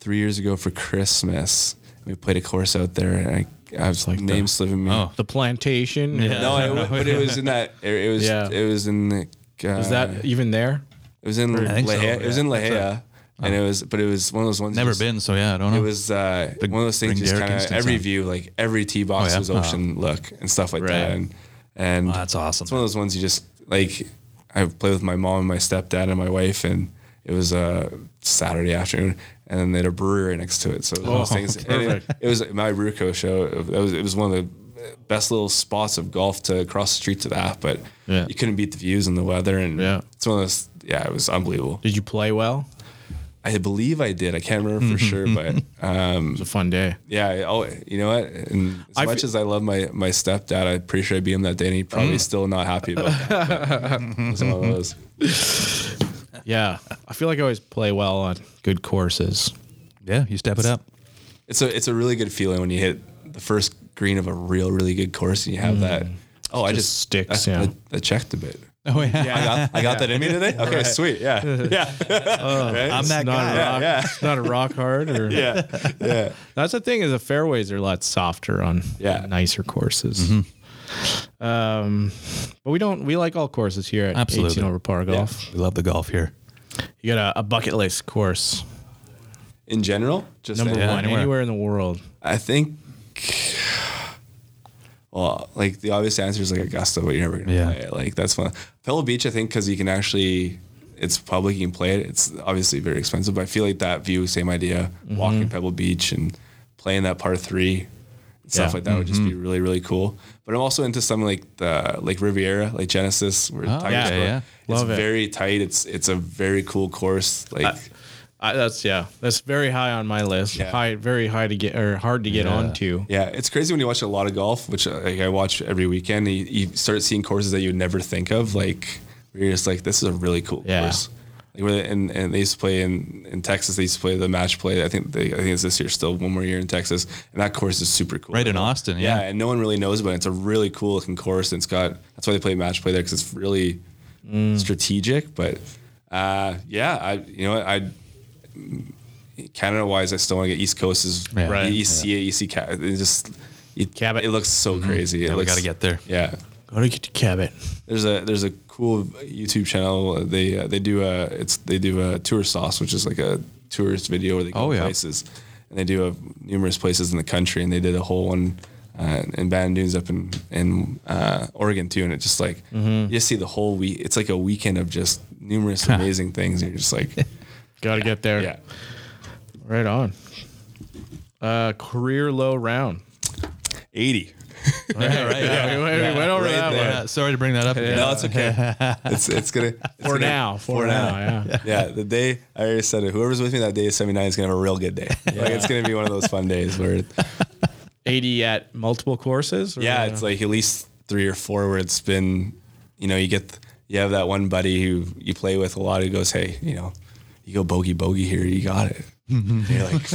three years ago for Christmas. We played a course out there, and I, I was like, name slipping me.
Oh.
The plantation? Yeah.
No, it, wa- but it was in that. It, it was.
Yeah.
It was in. The, uh,
Is that even there?
It was in La
think so,
Jolla. It was
yeah.
in La Jolla, and it was. But it was one of those ones.
Never
just-
been, so yeah, I don't know.
It was uh,
Big-
one of those things.
bring
Just
Derek
kind of
Instance
every
on.
view, like every tee box
Oh, yeah?
was ocean look and stuff like that.
Right.
And and
Oh, that's awesome.
It's one of those ones you just like. I play with my mom and my stepdad and my wife, and it was a Saturday afternoon, and then they had a brewery next to it. So it was one
Oh,
of those things. and It,
perfect.
it was my Ruco show. It was it was one of the best little spots of golf to cross the street to that, but
Yeah.
you couldn't beat the views and the weather. And
Yeah.
it's one of those. Yeah, it was unbelievable.
Did you play well?
I believe I did. I can't remember for sure, but
It was a fun day.
yeah, I, oh, you know what? And as
I
much
fe- Mm.
as I love my my stepdad, I'm pretty sure I beat him that day, and he probably still not happy about that. but it's one of those.
Yeah. I feel like I always play well on good courses.
yeah, you step it up.
It's a it's a really good feeling when you hit the first green of a real really good course, and you have that. Oh, I
Mm. Just
just
sticks,
I,
yeah.
I, I checked a bit.
Oh yeah,
I got, I got that in me today. Okay, sweet. Yeah, yeah, Right?
I'm that
Not
guy.
a Oh, rock,
yeah.
it's not a rock hard or
yeah, yeah.
That's the thing is the fairways are a lot softer on
Yeah.
nicer courses. Um, but we don't we like all courses here at
Absolutely.
18 over par golf.
We love the golf here.
You got a, a bucket list course,
In general, just
number
Yeah,
one
anywhere.
anywhere. in the world.
I think. Well, like the obvious answer is like Augusta, but you're never gonna
Yeah.
play it. Like that's one. Pebble Beach, I think, because you can actually, it's public, you can play it. It's obviously very expensive, but I feel like that view, same idea,
Mm-hmm.
walking Pebble Beach and playing that par three, and stuff
Yeah. Mm-hmm.
like that would just be really, really cool. But I'm also into something like the like Riviera, like Genesis, where Tiger's
Oh, yeah,
going.
yeah.
Love it. Uh,
it's very tight. It's it's a very cool course. Like
I, that's yeah, that's very high on my list.
Yeah.
High, very high to get or hard to get onto.
Yeah, it's crazy when you watch a lot of golf, which uh, like, I watch every weekend. You, you start seeing courses that you would never think of, like where you're just like, this is a really cool
Yeah.
course. Like where they, and, and they used to play in, in Texas. They used to play the match play. I think they, I think it's this year still one more year in Texas, and that course is super cool.
Right in Austin, yeah.
and no one really knows about it. It's a really cool looking course, and it's got that's why they play match play there because it's really strategic. But uh, yeah, I you know I Canada wise, I still want to get East Coast is
Right.
You, you see it, you see Ca- it just it,
Cabot.
It looks so crazy. It
Yeah, we
looks-
gotta get there.
Yeah,
Gotta get to Cabot.
there's a there's a cool YouTube channel. They uh, they do a it's they do a tour sauce, which is like a tourist video where they go
Oh, yeah.
places, and they do a, numerous places in the country. And they did a whole one uh, in Bandon Dunes up in in uh, Oregon too. And it's just like you just see the whole week. It's like a weekend of just numerous amazing things. And you're just like,
Gotta get there.
yeah.
Right on. Uh, career low round.
80.
Yeah, right. Yeah.
we, went- we went over
Right
that
there.
one.
Yeah, sorry to bring that up. again.
No, it's okay. It's it's gonna it's
For
gonna-
now, for, now, yeah.
Yeah, the day I already said it. Whoever's with me that day is 79 is gonna have a real good day. Like it's gonna be one of those fun days where
80 at multiple courses? or-
yeah, it's like at least three or four where it's been, you know, you get th- you have that one buddy who you play with a lot who goes, hey, you know, you go bogey bogey here, you got it. You're like,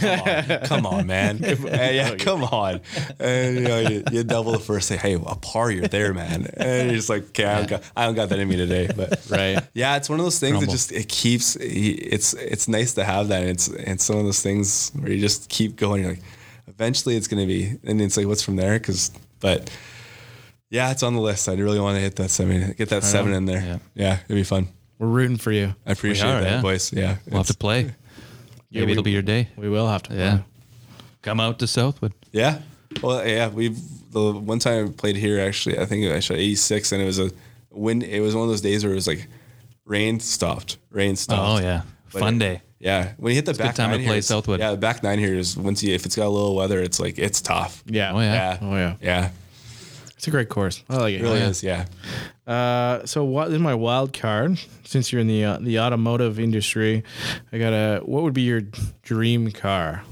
come on, come on man. Hey, yeah, come on. And you know, you, you double the first thing. Hey, a par, you're there, man. And you're just like, okay, I don't got, I don't got that in me today. But
Right.
yeah, it's one of those things that just it keeps. It's it's nice to have that. It's it's some of those things where you just keep going. You're like, eventually it's gonna be, and it's like, what's from there? Because but. Yeah, it's on the list. I really want to hit that seven. Get that seven in there.
Yeah.
Yeah. it'd be fun.
We're rooting for you.
I appreciate
are,
that,
yeah.
boys. Yeah,
We'll have to play. Maybe
we-
it'll be your day.
We will have to.
Yeah. Come out to Southwood.
Yeah. Well, yeah, we've the one time I played here actually, I think I shot 86 and it was a wind it was one of those days where it was like rain stopped, rain
Oh
stopped.
yeah,
But
fun
it-
day.
Yeah, when you hit the
a
back
good time to
nine
play
here, it's-
Southwood.
Yeah, the back nine here is once you if it's got a little weather, it's like it's tough.
Yeah.
Oh, yeah. Oh,
Yeah.
Oh, yeah.
Yeah.
It's a great course. I like it.
It really is. Yeah.
Uh, so what in my wild card? Since you're in the uh, the automotive industry, I got a what would be your dream car?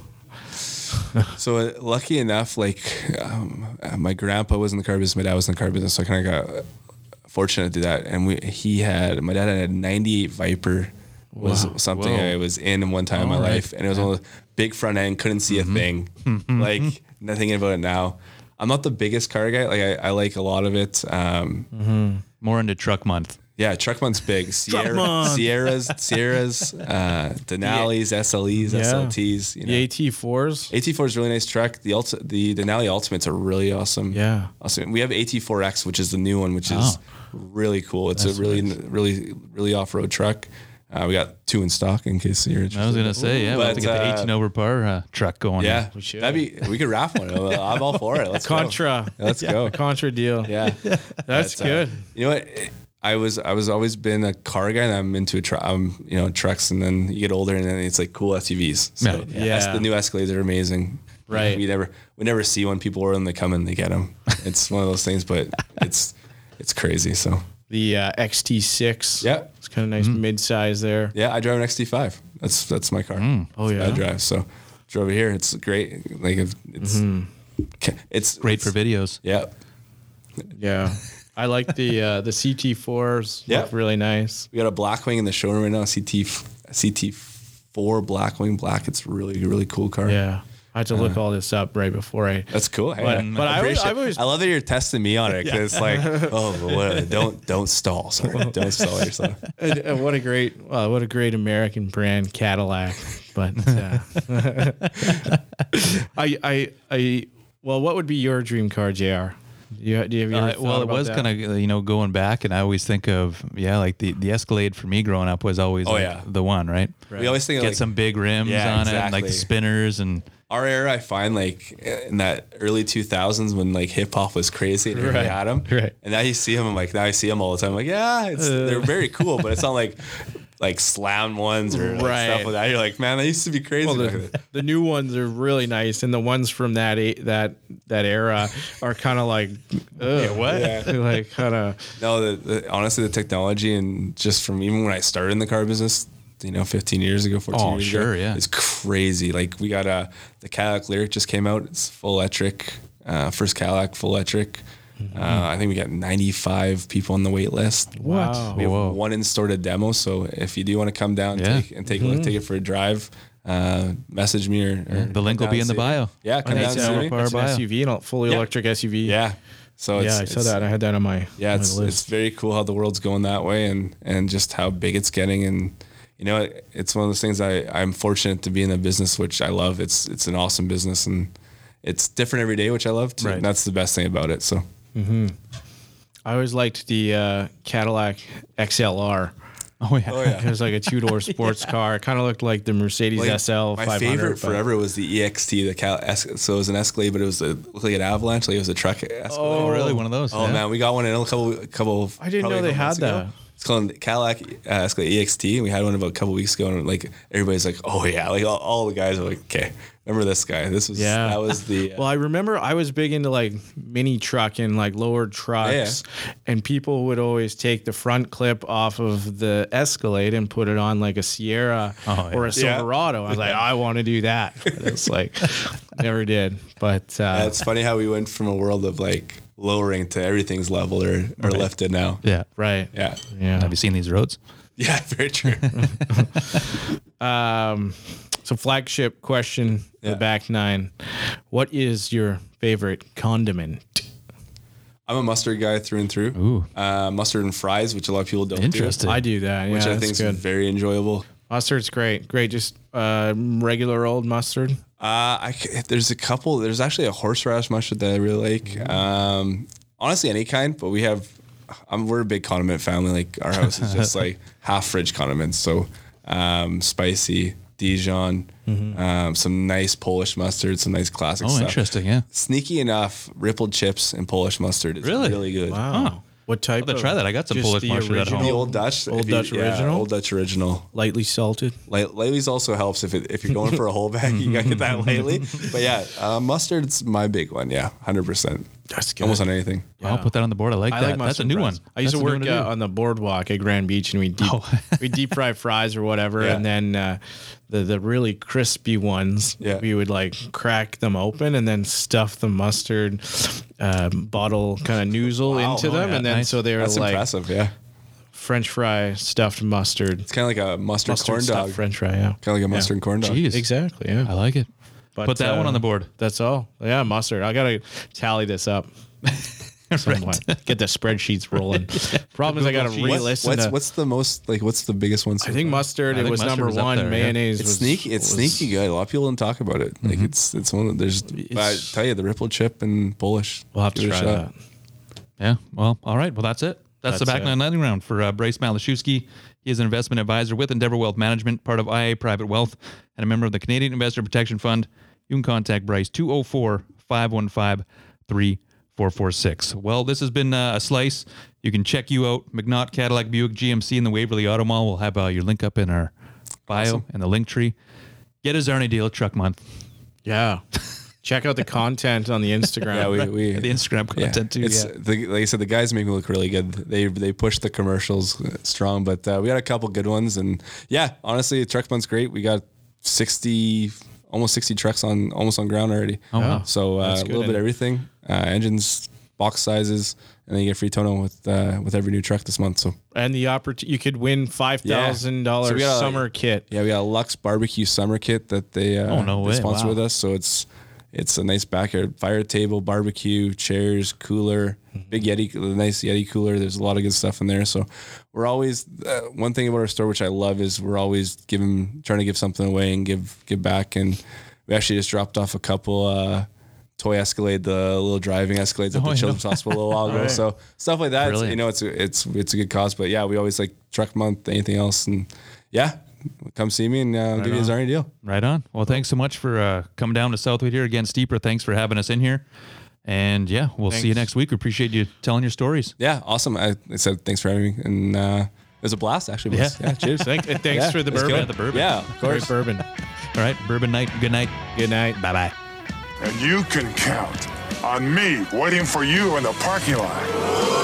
So uh, lucky enough, like um, uh, my grandpa was in the car business, my dad was in the car business, so I kind of got uh, fortunate to do that. And we, he had my dad had a '98 Viper was something
Whoa.
I was in one time in my
All right. Mm-hmm.
life, and it was one of the big front end, couldn't see a thing, like nothing about it now. I'm not the biggest car guy. Like I, I like a lot of it. Um,
More into truck month.
yeah, truck month's big. Sierra, Sierras, Sierras, uh, Denali's, SLEs,
Yeah.
SLTs. You know.
The AT fours.
AT4 is a really nice truck. The Ulti- the Denali Ultimates are really awesome.
Yeah.
Awesome. We have AT4X, which is the new one, which is really cool. It's a really, really, really off road truck. Uh, we got two in stock in case you're interested.
I was gonna say yeah. We'll have to
But,
get the
uh,
18 over par uh, truck going.
yeah, we should. That'd be, we could wrap one. I'm all for it. Let's
Contra.
go. Let's go.
Contra deal.
Yeah.
That's
But, uh,
good.
you know what? I was I was always been a car guy, and I'm into a truck. I'm you know trucks, and then you get older, and then it's like cool SUVs. So
Yeah.
yeah,
Yeah.
the new Escalades are amazing.
Right.
We never we never see when people order them. They come and they get them. It's one of those things, but it's it's crazy. So
The uh, XT6.
yeah,
It's kind of nice
Mm-hmm.
mid size there.
yeah. I drive an XT5. That's that's my car.
Oh
I
yeah.
drive. So drove it here. It's great. Like it's
Mm-hmm.
it's- it's
Great for videos.
Yeah.
Yeah. I like the uh, the CT fours.
Yeah.
Look really nice.
We got a Blackwing in the showroom right now. CT CT four Blackwing black. It's really really cool car.
Yeah. I had to look all this up right before I.
That's cool.
But-
Yeah.
but I was-
appreciate
I
it.
was-
I love that you're testing me on it because it's like, oh, but what- don't don't stall, sorry, don't stall yourself.
And, and what a great, uh, what a great American brand Cadillac. But uh, I, I, I, well, what would be your dream car, Jr. You, do you have
Uh, well, it was kind of you know going back, and I always think of yeah, like the the Escalade for me growing up was always
Oh,
like,
yeah.
the one, right?
We always think
Get
of, like,
some big rims
Yeah,
on it, and, like
exactly.
the spinners, and
our era. I find like in that early 2000s when like hip hop was crazy and everybody
Right.
had them,
Right. Uh.
and now you see them. I'm like, now I see them all the time. I'm like, yeah, it's, they're very cool, but it's not like like slam ones or like,
Right.
stuff like that. You're like, man, that used to be crazy.
Well,
back in the-
the, the new ones are really nice, and the ones from that a- that that era are kind of like, ugh, what? like kind of
No, the, the, honestly, the technology and just from even when I started in the car business, you know, 15 years ago, 14
Oh,
years
sure,
ago,
yeah.
it's crazy. Like we got a the Cadillac Lyric just came out. It's full electric, uh, first Cadillac full electric. Uh, I think we got 95 people on the wait
what?
list. We have
Mm-hmm. Whoa.
one in store to demo. So if you do want to come down
Yeah. Mm-hmm.
take, and take a look, take it for a drive, uh, message me or, or
the link
come
will be
down
in the
and see-
bio.
Yeah, come
And
down
it's, uh,
and see me.
Power
it's an
bio.
SUV, an fully electric SUV.
Yeah.
yeah,
So it's,
I saw
it's-
that. I had that on my
yeah,
on my
it's
list.
it's very cool how the world's going that way and and just how big it's getting and you know it, it's one of those things I I'm fortunate to be in a business which I love. It's it's an awesome business and it's different every day, which I love too.
Right.
And that's the best thing about it. So
I always liked the uh, Cadillac XLR.
oh yeah,
yeah.
It was like a two door sports car. It kind of looked like the Mercedes SL.
my
500,
favorite
but-
forever was the EXT, the Cal. Es- so it was an Escalade, but it was a, looked like an Avalanche. Like it was a truck Escalade.
oh really? One of those?
Oh
yeah.
man, we got one in a couple. couple
I didn't
probably
know
a
they
couple months
had
ago.
that.
It's called Cadillac uh, Escalade EXT, and we had one about a couple weeks ago, and like everybody's like, "Oh yeah!" Like all, all the guys are like, "Okay, remember this guy? This was
Yeah.
that was the uh,
Well, I remember I was big into like mini trucking, like lower trucks, and people would always take the front clip off of the Escalade and put it on like a Sierra
Oh,
or
yeah.
a Silverado. I was like, I want to do that. But It's like never did, but uh,
It's funny how we went from a world of like lowering to everything's leveled or, or lifted now.
yeah.
right,
Yeah,
yeah.
Have you seen these roads?
yeah, very true.
Um, So flagship question,
Yeah.
the back nine. What is your favorite condiment?
I'm a mustard guy through and through.
Ooh.
Uh, mustard and fries, which a lot of people don't. do.
Interesting.
I do that. Yeah,
which I
that's
think is
good.
very enjoyable.
Mustard's great. Great. Just uh, regular old mustard.
Uh, I c there's a couple. There's actually a horseradish mustard that I really
Mm.
like. Um, honestly, any kind, but we have. Um, we're a big condiment family. Like our house is just like half fridge condiments. So um, spicy Dijon,
Mm-hmm.
um, some nice Polish mustard, some nice classic.
Oh,
stuff.
interesting. Yeah.
Sneaky enough, rippled chips and Polish mustard is
Really?
really, good.
Wow. What
Oh.
type?
I'll have to
of-
try that. I got some
just
Polish
the
mustard at home.
The
original,
old Dutch,
Old
if you-
Dutch
yeah,
original?
old Dutch original.
lightly salted.
Lay- Laylee's also helps if it, if you're going for a whole bag, you gotta get that lately. But yeah, uh, mustard's my big one. Yeah, hundred percent.
That's good.
Almost on anything.
I'll put that on the board. I like
I
that.
like mustard
That's a new
fries.
one.
I used
That's
to
a new
work
one
uh,
do.
on the boardwalk at Grand Beach, and we deep
Oh.
we deep fry fries or whatever,
Yeah.
and then uh, the the really crispy ones.
Yeah.
we would like crack them open and then stuff the mustard um, bottle kind of noozle into
Oh,
them,
yeah,
and then
nice.
so they were
That's
like
impressive. Yeah,
French fry stuffed mustard,
it's kind of like a mustard,
mustard
corn
stuffed
dog. Kind
French fry. Yeah,
of like a mustard corn
uh,
dog.
Jeez.
exactly. Yeah,
I like it.
But,
put that
uh,
one on the board.
That's all. Yeah, mustard. I gotta tally this up. Somewhat. Get the spreadsheets rolling. Problem is, I gotta
Google sheet.
What's-
re-listen.
what's
to-
what's the most like? What's the biggest one? so
I think
far?
mustard.
I
it
think
was
mustard
number
was up
one.
there, yeah.
Mayonnaise.
It's
was,
sneaky. It's
was- Mm-hmm.
sneaky good. A lot of people don't talk about it. Like it's it's one of there's. but I
It's-
tell you, the ripple chip and Polish.
We'll have to
Give it a
try
shot.
that.
Yeah. Well, all right. Well, that's it. That's, the
That's
back
it.
nine lightning round for uh, Bryce Malashewski. He is an investment advisor with Endeavor Wealth Management, part of IA Private Wealth, and a member of the Canadian Investor Protection Fund. You can contact Bryce 204 515 3446. Well, this has been uh, a slice. You can check you out. McNaught Cadillac Buick GMC in the Waverly Auto Mall. We'll have uh, your link up in our bio and the link tree. Get a Zarni deal truck month.
Yeah. Check out the content on the Instagram.
Yeah, we, we
The Instagram
Yeah,
content too.
It's,
yeah.
The, like I said, the guys make me look really good. They they push the commercials uh, strong, but uh, we got a couple good ones, and yeah, honestly, truck month's great. We got sixty, almost sixty trucks on almost on ground already. Oh
wow.
So uh,
That's
a
good.
little bit of everything, uh, engines, box sizes, and then you get free tonal with uh, with every new truck this month. So
and the opportunity you could win five thousand dollars
So we gotta-
summer kit.
yeah, we got a Lux barbecue summer kit that they uh,
Oh, no
they
way.
sponsor
Wow.
with us. So it's it's a nice backyard fire table, barbecue, chairs, cooler,
Mm-hmm.
big Yeti, the nice Yeti cooler. There's a lot of good stuff in there. So we're always uh, one thing about our store which I love is we're always giving trying to give something away and give give back. And we actually just dropped off a couple. Uh, Toy Escalade, the little driving Escalades at
Oh, I
the
know.
Children's Hospital a little while ago. So stuff like that, it's- you
Brilliant.
know, it's a, it's it's a good cause. But yeah, we always like truck month, anything else, and yeah, come see me and uh, I'll give you a Zarni deal.
Right on. Well, thanks so much for uh, coming down to Southwood here again, Steeper. Thanks for having us in here, and yeah, we'll see you
Thanks.
next week. We appreciate you telling your stories.
Yeah, awesome. I, I said thanks for having me, and uh, it was a blast actually. boys.
Yeah.
yeah cheers.
Thank, and thanks
Yeah,
for the
let's go.
bourbon.
The bourbon.
Yeah, of course.
Great bourbon.
All right, bourbon night. Good night.
Good night.
Bye bye.
And you can count on me waiting for you in the parking lot.